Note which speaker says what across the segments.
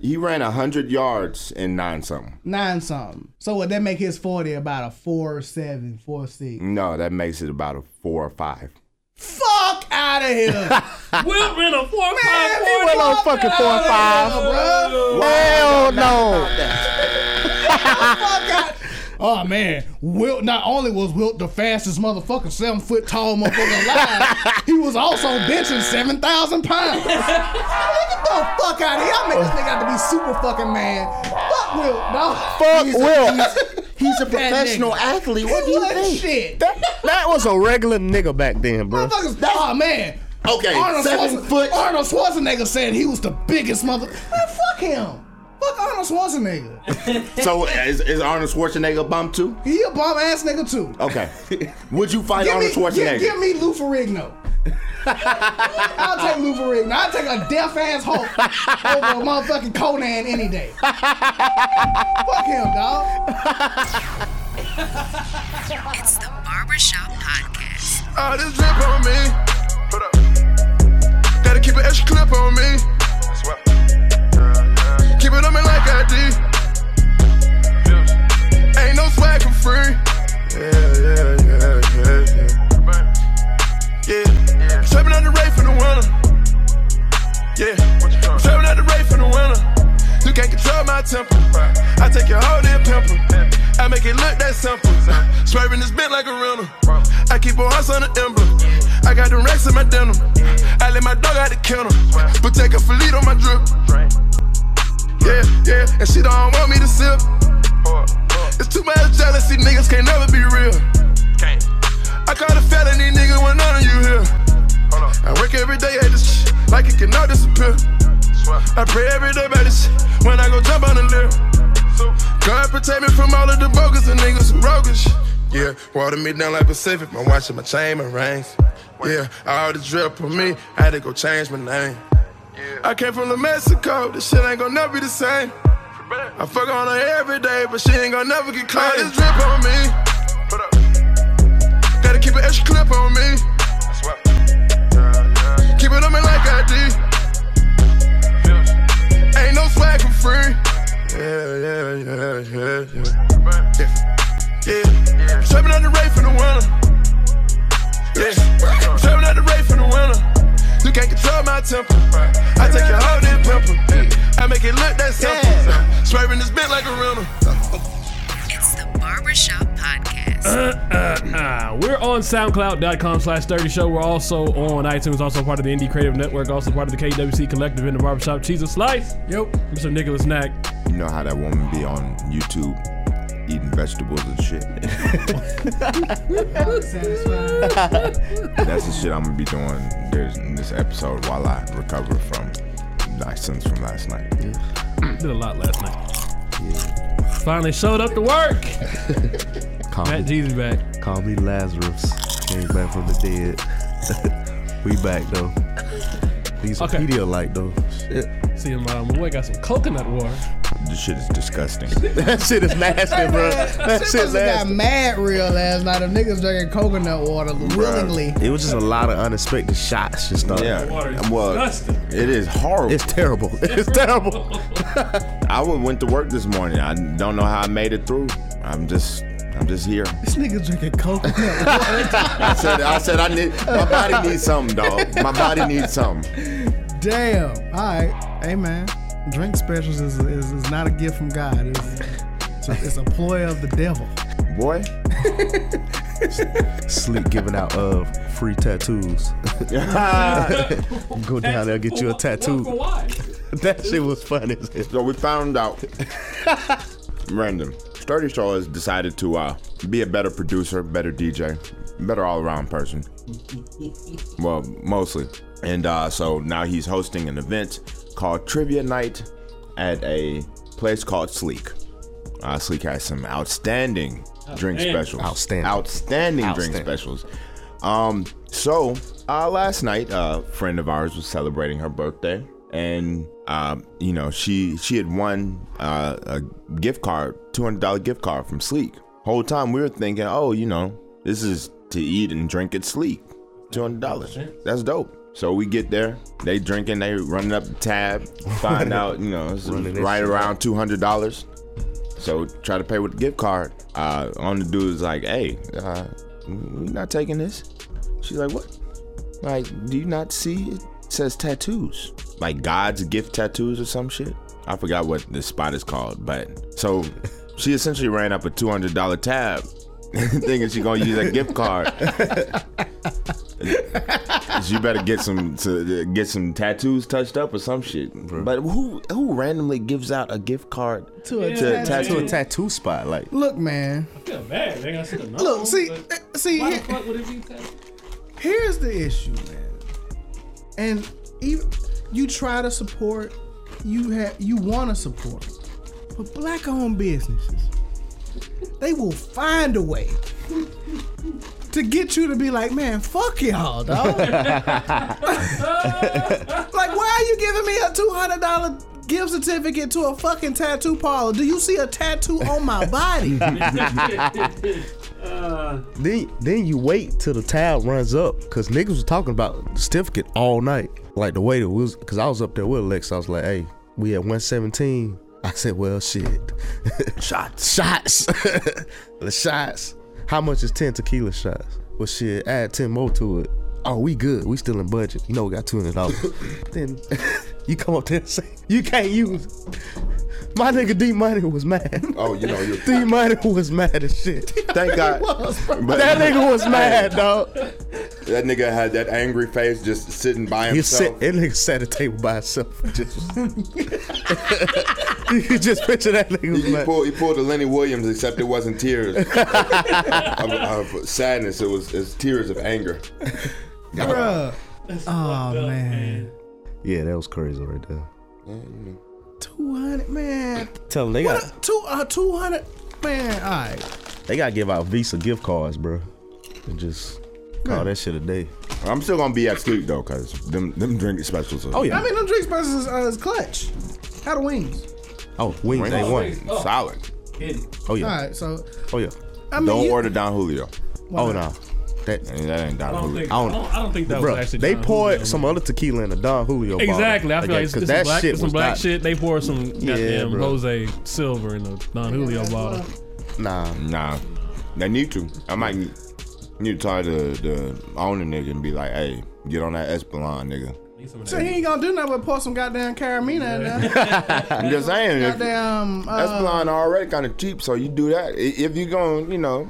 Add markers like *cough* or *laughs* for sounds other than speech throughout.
Speaker 1: he ran hundred yards in nine something.
Speaker 2: nine something. So would that make his forty about a four seven, four six?
Speaker 1: No, that makes it about a four or five.
Speaker 2: Fuck out of *laughs* here,
Speaker 3: Will ran a four
Speaker 2: Man,
Speaker 3: five
Speaker 2: he
Speaker 3: forty.
Speaker 2: went on
Speaker 1: fucking four and five.
Speaker 2: bro.
Speaker 1: Hell no.
Speaker 2: Fuck out. Oh man, Wilt. Not only was Wilt the fastest motherfucker, seven foot tall motherfucker *laughs* alive, he was also benching seven thousand pounds. *laughs* Get the fuck out of here! I make this nigga out to be super fucking man. Fuck Wilt, dog.
Speaker 1: Fuck
Speaker 4: He's a-
Speaker 1: Will.
Speaker 4: He's a
Speaker 2: Fuck that
Speaker 4: professional
Speaker 2: nigga.
Speaker 4: athlete. What do
Speaker 2: He
Speaker 4: you
Speaker 2: wasn't
Speaker 4: think?
Speaker 2: Shit.
Speaker 4: That-
Speaker 5: That was a regular nigga back then, bro.
Speaker 2: Motherfuckers, oh man.
Speaker 4: Okay, seven
Speaker 2: Schwarzen-
Speaker 4: foot.
Speaker 2: Arnold Schwarzenegger said he was the biggest mother. Man, fuck him. Fuck Arnold Schwarzenegger.
Speaker 1: So is, is Arnold Schwarzenegger a bum too?
Speaker 2: He a bum ass nigga too. *laughs*
Speaker 1: Okay. Would you fight
Speaker 2: Give me,
Speaker 1: Oh, Arnold Schwarzenegger?
Speaker 2: give, give me Lou Ferrigno. I'll take Lou Ferrigno. I'll take a deaf ass Hulk over a motherfucking Conan any day. Fuck him, dog.
Speaker 6: It's the Barbershop Podcast.
Speaker 7: All this drip on me. Put up. Gotta keep an extra clip on me. Keep it on me like ID. Ain't no swag for free. Yeah, yeah, yeah, yeah, yeah. Yeah. Trapping out the rain for the winter. Yeah. Trapping out the rain for the winter. You can't control my temper. I take your whole damn pimple. I make it look that simple. Swerving this bit like a rental. I keep on hustling the emblem. I got them racks in my denim. I let my dog out the kennel. But take a fillet on my drip. Yeah, yeah, and she don't want me to sip. It's too much jealousy, niggas can't never be real. I caught a felony, nigga, when none of you here. I work every day at this shit, like it cannot disappear. I pray every day about this shit, when I go jump on the lyric. God protect me from all of the bogus and niggas who roguish. Yeah, water me down like Pacific, my watch and my chain, my rings. Yeah, all the drip on me, I had to go change my name. I came from New Mexico, this shit ain't gonna never be the same. I fuck on her every day, but she ain't gonna never get caught. This drip on me. Put up. Gotta keep an extra clip on me. Keep it on me like ID. Ain't no swag for free. Yeah, yeah, yeah, yeah, yeah. Yeah, yeah. Trapping out the rain for the winter. Yeah, trapping out the rain for the winter. You can't control my temper. I take your whole damn pimple. I make it look that simple. Swerving this bit like a rental.
Speaker 6: It's the Barbershop Podcast.
Speaker 3: Uh, we're on soundcloud.com slash 30 show. We're also on iTunes, also part of the Indie Creative Network, also part of the KWC Collective in the Barbershop. Jesus Slice,
Speaker 2: Yep.
Speaker 3: Mr. Nicholas Knack.
Speaker 1: You know how that woman be on YouTube eating vegetables and shit.
Speaker 2: Satisfied.
Speaker 1: That's the shit I'm gonna be doing this- in this episode while I recover from my sins from last night.
Speaker 3: Did a lot last night. Finally showed up to work.
Speaker 5: *laughs* Call
Speaker 3: Matt
Speaker 5: me,
Speaker 3: G's back.
Speaker 5: call me Lazarus. Came back from the dead. *laughs* we back though. These
Speaker 3: Okay.
Speaker 5: okay. Pedialyte though. Shit.
Speaker 3: See him, um, boy got some coconut water.
Speaker 1: This shit is disgusting.
Speaker 5: That shit is nasty, bro. That shit
Speaker 2: Shit got
Speaker 5: nasty.
Speaker 2: mad real last night of niggas drinking coconut water willingly.
Speaker 5: It was just a lot of unexpected shots just on.
Speaker 1: Yeah,
Speaker 3: Water is
Speaker 1: well,
Speaker 3: disgusting.
Speaker 1: it is horrible. *laughs*
Speaker 5: It's terrible. *laughs* It's terrible.
Speaker 1: I wa- went to work this morning. I don't know how I made it through. I'm just, I'm just here.
Speaker 2: This nigga drinking coconut water.
Speaker 1: I said, I said, I need my body needs something, dog. My body needs something.
Speaker 2: Damn. All right. Hey, man. Drink specials is, is, is not a gift from God. It's, it's, a, it's a ploy of the devil.
Speaker 1: Boy,
Speaker 5: Sleep giving out uh free tattoos. *laughs* Go down there get you
Speaker 3: *laughs*
Speaker 5: a tattoo. That shit was funny. as hell.
Speaker 1: so we found out random. Sturdy Shaw has decided to uh, be a better producer, better DJ, better all around person. well, mostly. And uh, so now he's hosting an event called Trivia Night at a place called Sleek. Uh, Sleek has some outstanding drink
Speaker 3: Outstanding.
Speaker 1: specials.
Speaker 5: Outstanding.
Speaker 1: Outstanding drink
Speaker 5: Outstanding.
Speaker 1: specials. Um, so uh, last night, a friend of ours was celebrating her birthday, and um, you know she she had won uh, a gift card, two hundred dollar gift card from Sleek. Whole time we were thinking, oh, you know, this is to eat and drink at Sleek, two hundred dollars. That's dope. So we get there, they drinking, they running up the tab,
Speaker 5: *laughs*
Speaker 1: find out, you know, it's
Speaker 5: Running that
Speaker 1: right
Speaker 5: shit
Speaker 1: around two hundred dollars. So try to pay with the gift card. Uh, on the dude is like, "Hey, uh, we not taking this." She's like, "What? Like, do you not see it says tattoos? Like God's gift tattoos or some shit? I forgot what this spot is called, but
Speaker 5: *laughs*
Speaker 1: so she essentially ran up a two hundred dollar tab, *laughs* thinking she gonna use that gift card. you better get some to get some tattoos touched up or some shit. But who who randomly gives out a gift card
Speaker 2: To a
Speaker 1: to a
Speaker 2: tattoo.
Speaker 1: tattoo?
Speaker 5: To a tattoo spot, like
Speaker 2: Look, man.
Speaker 3: I feel bad, nigga. I should have known.
Speaker 2: Look, see,
Speaker 3: but
Speaker 2: eh, see,
Speaker 3: Why the
Speaker 2: here-
Speaker 3: fuck would it be *laughs* tattoo?
Speaker 2: here's the issue, man. And even you try to support, you have you want to support, but black-owned businesses, they will find a way to get you to be like, man, fuck y'all, dog. *laughs* like, why are you giving me a two hundred dollar? Gift certificate to a fucking tattoo parlor. Do you see a tattoo on my body?
Speaker 5: Then then you wait till the tab runs up because niggas was talking about the certificate all night. Like the waiter was because I was up there with Lex. I was like, hey, we at 117. I said, well, shit. *laughs* shots. Shots. *laughs* the shots. How much is 10 tequila shots? Well, shit, add 10 more to it. Oh, we good. We still in budget. You know, we got $200. then *laughs* you come up there and say, you can't use it. My nigga D Money was mad. *laughs*
Speaker 1: Oh, you know, you
Speaker 5: D Money was mad as shit.
Speaker 1: thank *laughs* God. But
Speaker 5: That nigga was mad, dog.
Speaker 1: that nigga had that angry face just sitting by
Speaker 5: He sit, that nigga sat at the table by himself. *laughs* Just was- you could just picture that nigga was like,
Speaker 1: he pulled a Lenny Williams, except it wasn't *laughs* tears of, of sadness. It was, it was tears of anger.
Speaker 2: Bruh. Oh man.
Speaker 5: yeah, that was crazy right there.
Speaker 2: Two hundred man.
Speaker 5: Tell them they
Speaker 2: What
Speaker 5: got
Speaker 2: a, two uh two hundred man, alright.
Speaker 5: they got to give out Visa gift cards, bro, and just call that shit a day.
Speaker 1: I'm still gonna be at sleep though, cause them them drink specials. Are
Speaker 5: Oh yeah.
Speaker 2: I mean them drinks prices is, uh, is clutch. How the wings.
Speaker 5: oh wings, they won.
Speaker 1: one solid.
Speaker 3: Hidden.
Speaker 5: Oh yeah.
Speaker 2: Alright, so
Speaker 5: Oh yeah.
Speaker 2: I mean
Speaker 1: Don't
Speaker 2: you-
Speaker 1: order Don Julio.
Speaker 2: why
Speaker 5: Oh
Speaker 2: not?
Speaker 5: no. That
Speaker 1: And that ain't Don
Speaker 3: I don't
Speaker 1: Julio.
Speaker 3: think.
Speaker 5: I
Speaker 3: I
Speaker 5: don't-
Speaker 3: don't, I don't think that
Speaker 5: bro,
Speaker 3: was actually.
Speaker 5: they
Speaker 3: Don
Speaker 5: poured
Speaker 3: Julio.
Speaker 5: some other tequila in a Don Julio. bottle.
Speaker 3: Exactly. I feel
Speaker 5: Again,
Speaker 3: like it's,
Speaker 5: cause
Speaker 3: it's some black,
Speaker 5: shit
Speaker 3: it's some
Speaker 5: was
Speaker 3: black
Speaker 5: not-
Speaker 3: shit. They poured some goddamn
Speaker 5: bro.
Speaker 3: Jose Silver in the Don Julio bottle.
Speaker 5: Nah.
Speaker 1: Nah, they need to. I might need to try the the owner nigga and be like, hey, get on that Espelon nigga.
Speaker 2: So he ain't gonna do nothing but pour some goddamn caramina in there.
Speaker 5: *laughs*
Speaker 1: I'm just saying, if,
Speaker 2: goddamn uh,
Speaker 1: Espelon already kind of cheap, so you do that I- if you going, you know,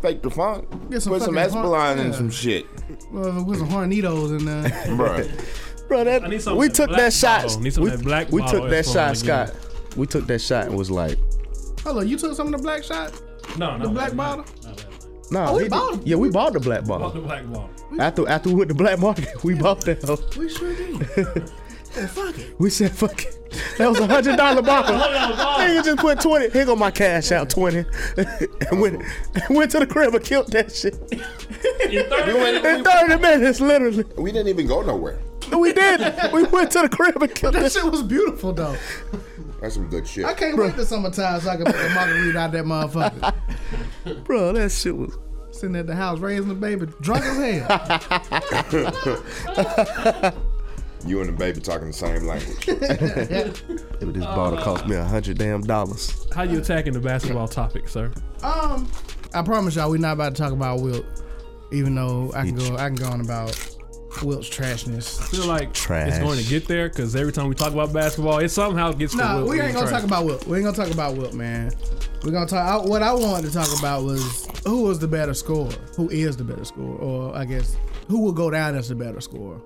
Speaker 1: fake the funk.
Speaker 2: Get some
Speaker 1: put some
Speaker 2: fucking
Speaker 1: Espelon
Speaker 2: funk,
Speaker 1: and
Speaker 2: yeah.
Speaker 1: some
Speaker 2: *laughs*
Speaker 1: shit,
Speaker 2: well, with some Hornitos uh, in
Speaker 5: *laughs*
Speaker 2: there.
Speaker 1: bro.
Speaker 5: Bro, that,
Speaker 3: I need some
Speaker 5: we
Speaker 3: of that
Speaker 5: took
Speaker 3: black
Speaker 5: that shot.
Speaker 3: bottle. Need some
Speaker 5: we
Speaker 3: of that black
Speaker 5: we
Speaker 3: bottle
Speaker 5: took that
Speaker 3: that's
Speaker 5: shot,
Speaker 3: on, like,
Speaker 5: Scott. We took that shot and was like,
Speaker 2: Hello, you took some of the black shot?
Speaker 3: No, no. The
Speaker 2: black bottle?
Speaker 5: nah.
Speaker 2: Oh, we
Speaker 5: he-
Speaker 2: bought it.
Speaker 5: yeah, we bought the black bottle.
Speaker 3: The black
Speaker 2: *laughs*
Speaker 3: bottle.
Speaker 5: After after we went to black market, *laughs* we bought that. hoe.
Speaker 2: We sure
Speaker 5: *laughs*
Speaker 2: did. yeah, fuck it.
Speaker 5: We said fuck it. That was a *laughs* hundred dollar bottle. Nigga just put twenty. Here go my cash out twenty, *laughs* and went and went to the crib and killed that shit *laughs*
Speaker 3: In 30 minutes,
Speaker 5: in thirty minutes. Literally,
Speaker 1: We didn't even go nowhere.
Speaker 5: we did. *laughs* it. We went to the crib and killed
Speaker 2: That
Speaker 5: that shit.
Speaker 2: shit was beautiful though.
Speaker 1: That's some good shit.
Speaker 2: I can't wait the summertime so I can put the margarita out that motherfucker.
Speaker 5: Bro, that shit was.
Speaker 2: sitting at the house raising the baby, drunk as hell.
Speaker 1: You and the baby talking the same
Speaker 2: *laughs*
Speaker 1: language.
Speaker 5: This bottle cost me a hundred damn dollars.
Speaker 3: How you attacking the basketball topic, sir?
Speaker 2: um, I promise y'all, we're not about to talk about Wilt, even though I can go, I can go on about Wilt's trashness.
Speaker 3: I feel like
Speaker 5: Trash.
Speaker 3: it's going to get there because every time we talk about basketball, it somehow gets to
Speaker 2: Nah,
Speaker 3: Wilt
Speaker 2: we
Speaker 3: being
Speaker 2: ain't gonna
Speaker 3: trash.
Speaker 2: talk about Wilt. We ain't gonna talk about Wilt, man. We're gonna talk. I, what I wanted to talk about was who was the better scorer, who is the better scorer, or I guess who will go down as the better scorer.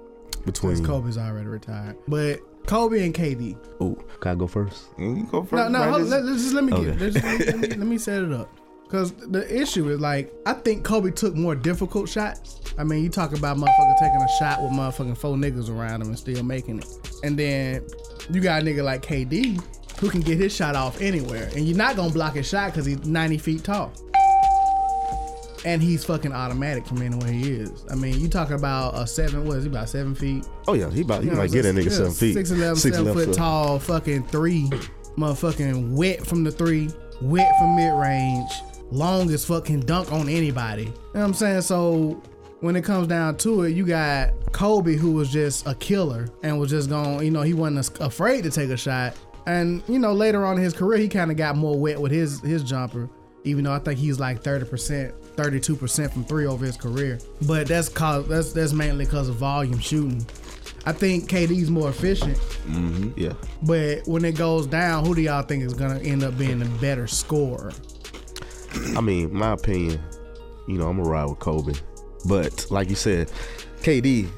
Speaker 5: Between
Speaker 2: Kobe's already retired, but Kobe and KD.
Speaker 5: oh, can I go first?
Speaker 1: you Mm, go first.
Speaker 2: No, no,
Speaker 1: man.
Speaker 2: hold,
Speaker 1: This-
Speaker 2: let, let's just let me get.
Speaker 5: Okay.
Speaker 2: Let's just, let, me, let me set it up. Cause the issue is like I think Kobe took more difficult shots. I mean, you talk about motherfucker taking a shot with motherfucking four niggas around him and still making it, and then you got a nigga like KD who can get his shot off anywhere, and you're not gonna block his shot because he's 90 feet tall, and he's fucking automatic from anywhere he is. I mean, you talking about a seven? What is he about seven feet?
Speaker 5: Oh yeah, he about he
Speaker 2: You know,
Speaker 5: might get that
Speaker 2: yeah,
Speaker 5: nigga seven feet,
Speaker 2: 6'11",
Speaker 5: Six
Speaker 2: 7
Speaker 5: eleven,
Speaker 2: foot
Speaker 5: so-
Speaker 2: tall, fucking three, motherfucking wet from the three, wet from mid range, long as fucking dunk on anybody. You know what I'm saying? So when it comes down to it, you got Kobe, who was just a killer and was just going, you know, he wasn't as- afraid to take a shot. And you know, later on in his career, he kind of got more wet with his his jumper. Even though I think he's like thirty percent, thirty-two percent from three over his career, but that's cause that's that's mainly because of volume shooting. I think KD's more efficient,
Speaker 5: Yeah.
Speaker 2: but when it goes down, who do y'all think is gonna end up being the better scorer?
Speaker 5: I mean, my opinion, you know, I'm gonna ride with Kobe. But like you said, KD,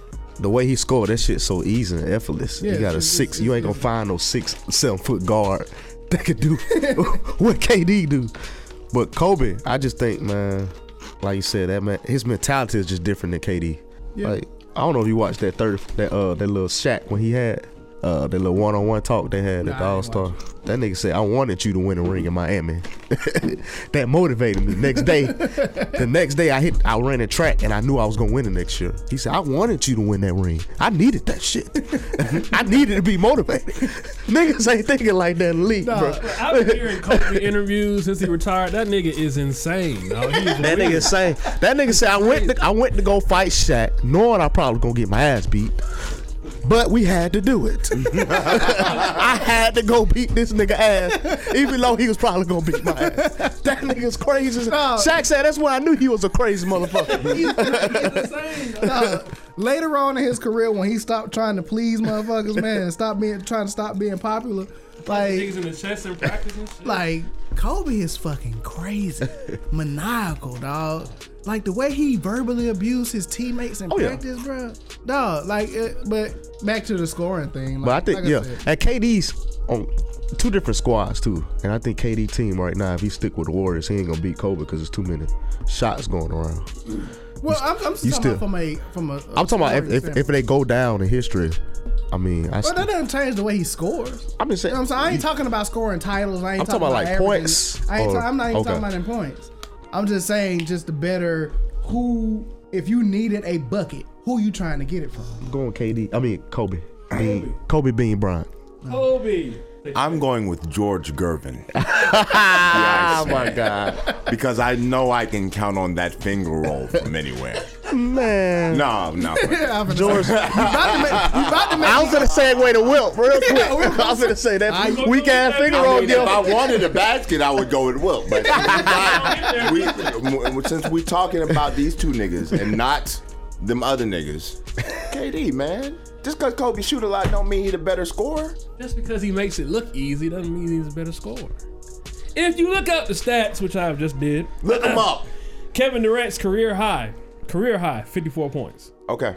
Speaker 5: the way he scored, that shit's so easy and effortless.
Speaker 2: Yeah,
Speaker 5: you got a
Speaker 2: it's just-
Speaker 5: six.
Speaker 2: it's-
Speaker 5: You ain't gonna find no six, seven foot guard *laughs* that could do what KD do. But Kobe, I just think, man, like you said, that man, his mentality is just different than KD. Like I don't know if you watched that third, that uh, that little Shaq when he had. Uh, that little one-on-one talk they had at the
Speaker 2: Nah, I
Speaker 5: All
Speaker 2: ain't
Speaker 5: Star. That nigga said, "I wanted you to win a ring in Miami." *laughs* that motivated me. The next day, the next day I hit, I ran a track and I knew I was gonna win it next year. He said, "I wanted you to win that ring. I needed that shit. *laughs* I needed to be motivated." *laughs* Niggas ain't thinking like that in the league, bro.
Speaker 3: I've been hearing Kobe interviews since he retired. That nigga is insane. dawg. He is
Speaker 5: That nigga say that nigga said I went to, I went to go fight Shaq, knowing I probably gonna get my ass beat. But we had to do it. *laughs* I had to go beat this nigga ass, even though he was probably gonna beat my ass. That nigga's crazy. as- Shaq said that's when I knew he was a crazy motherfucker.
Speaker 2: Nah, later on in his career, when he stopped trying to please motherfuckers, man, and stopped being trying to stop being popular, like
Speaker 3: *laughs* Niggas in the chest and practice and shit.
Speaker 2: like Kobe is fucking crazy, maniacal, dog. Like the way he verbally abused his teammates in
Speaker 5: Oh, yeah.
Speaker 2: practice, bro. Dog, like, it, but back to the scoring thing. Like,
Speaker 5: But I think
Speaker 2: like
Speaker 5: yeah,
Speaker 2: said,
Speaker 5: and KD's on two different squads too, and I think KD team right now, if he stick with the Warriors, he ain't gonna beat Kobe because there's too many shots going around.
Speaker 2: well, I'm, I'm just
Speaker 5: you
Speaker 2: talking
Speaker 5: still-
Speaker 2: about from a from a. a
Speaker 5: I'm talking about
Speaker 2: scoring
Speaker 5: if, if, if
Speaker 2: standpoint.
Speaker 5: they go down in history. I mean, I
Speaker 2: But
Speaker 5: still-
Speaker 2: that doesn't change the way he scores.
Speaker 5: I'm just saying.
Speaker 2: You know what I'm saying? I ain't talking about scoring titles. I ain't
Speaker 5: I'm talking about, like,
Speaker 2: averages.
Speaker 5: points
Speaker 2: I ain't
Speaker 5: or-
Speaker 2: ta- I'm not even
Speaker 5: okay.
Speaker 2: talking about in points. I'm just saying, just the better who, if you needed a bucket, who you trying to get it from?
Speaker 5: going KD. I mean Kobe. Bean, Kobe Bean Bryant.
Speaker 3: Kobe.
Speaker 1: I'm going with George Gervin
Speaker 5: Ah, my
Speaker 1: *laughs*
Speaker 5: God,
Speaker 1: because I know I can count on that finger roll from anywhere.
Speaker 5: man.
Speaker 1: No, no.
Speaker 2: *laughs*
Speaker 5: George,
Speaker 2: You about to make, you about to make
Speaker 5: I was gonna segue to
Speaker 1: *laughs*
Speaker 5: Wilt real quick.
Speaker 2: Yeah, we-
Speaker 5: *laughs* I was gonna say
Speaker 2: I-
Speaker 5: that weak ass finger
Speaker 1: I
Speaker 5: roll
Speaker 1: mean, if I
Speaker 5: deal.
Speaker 1: wanted a basket, I would go with Wilt.
Speaker 2: *laughs*
Speaker 1: But we, we- since we're talking about these two niggas and not them other niggas, KD, man. Just because Kobe shoot a lot don't mean he the better scorer.
Speaker 3: Just because he makes it look easy doesn't mean he's a better scorer. If you look up the stats, which I've just did,
Speaker 1: Look him up.
Speaker 3: Kevin Durant's career high, career high, 54 points.
Speaker 1: Okay.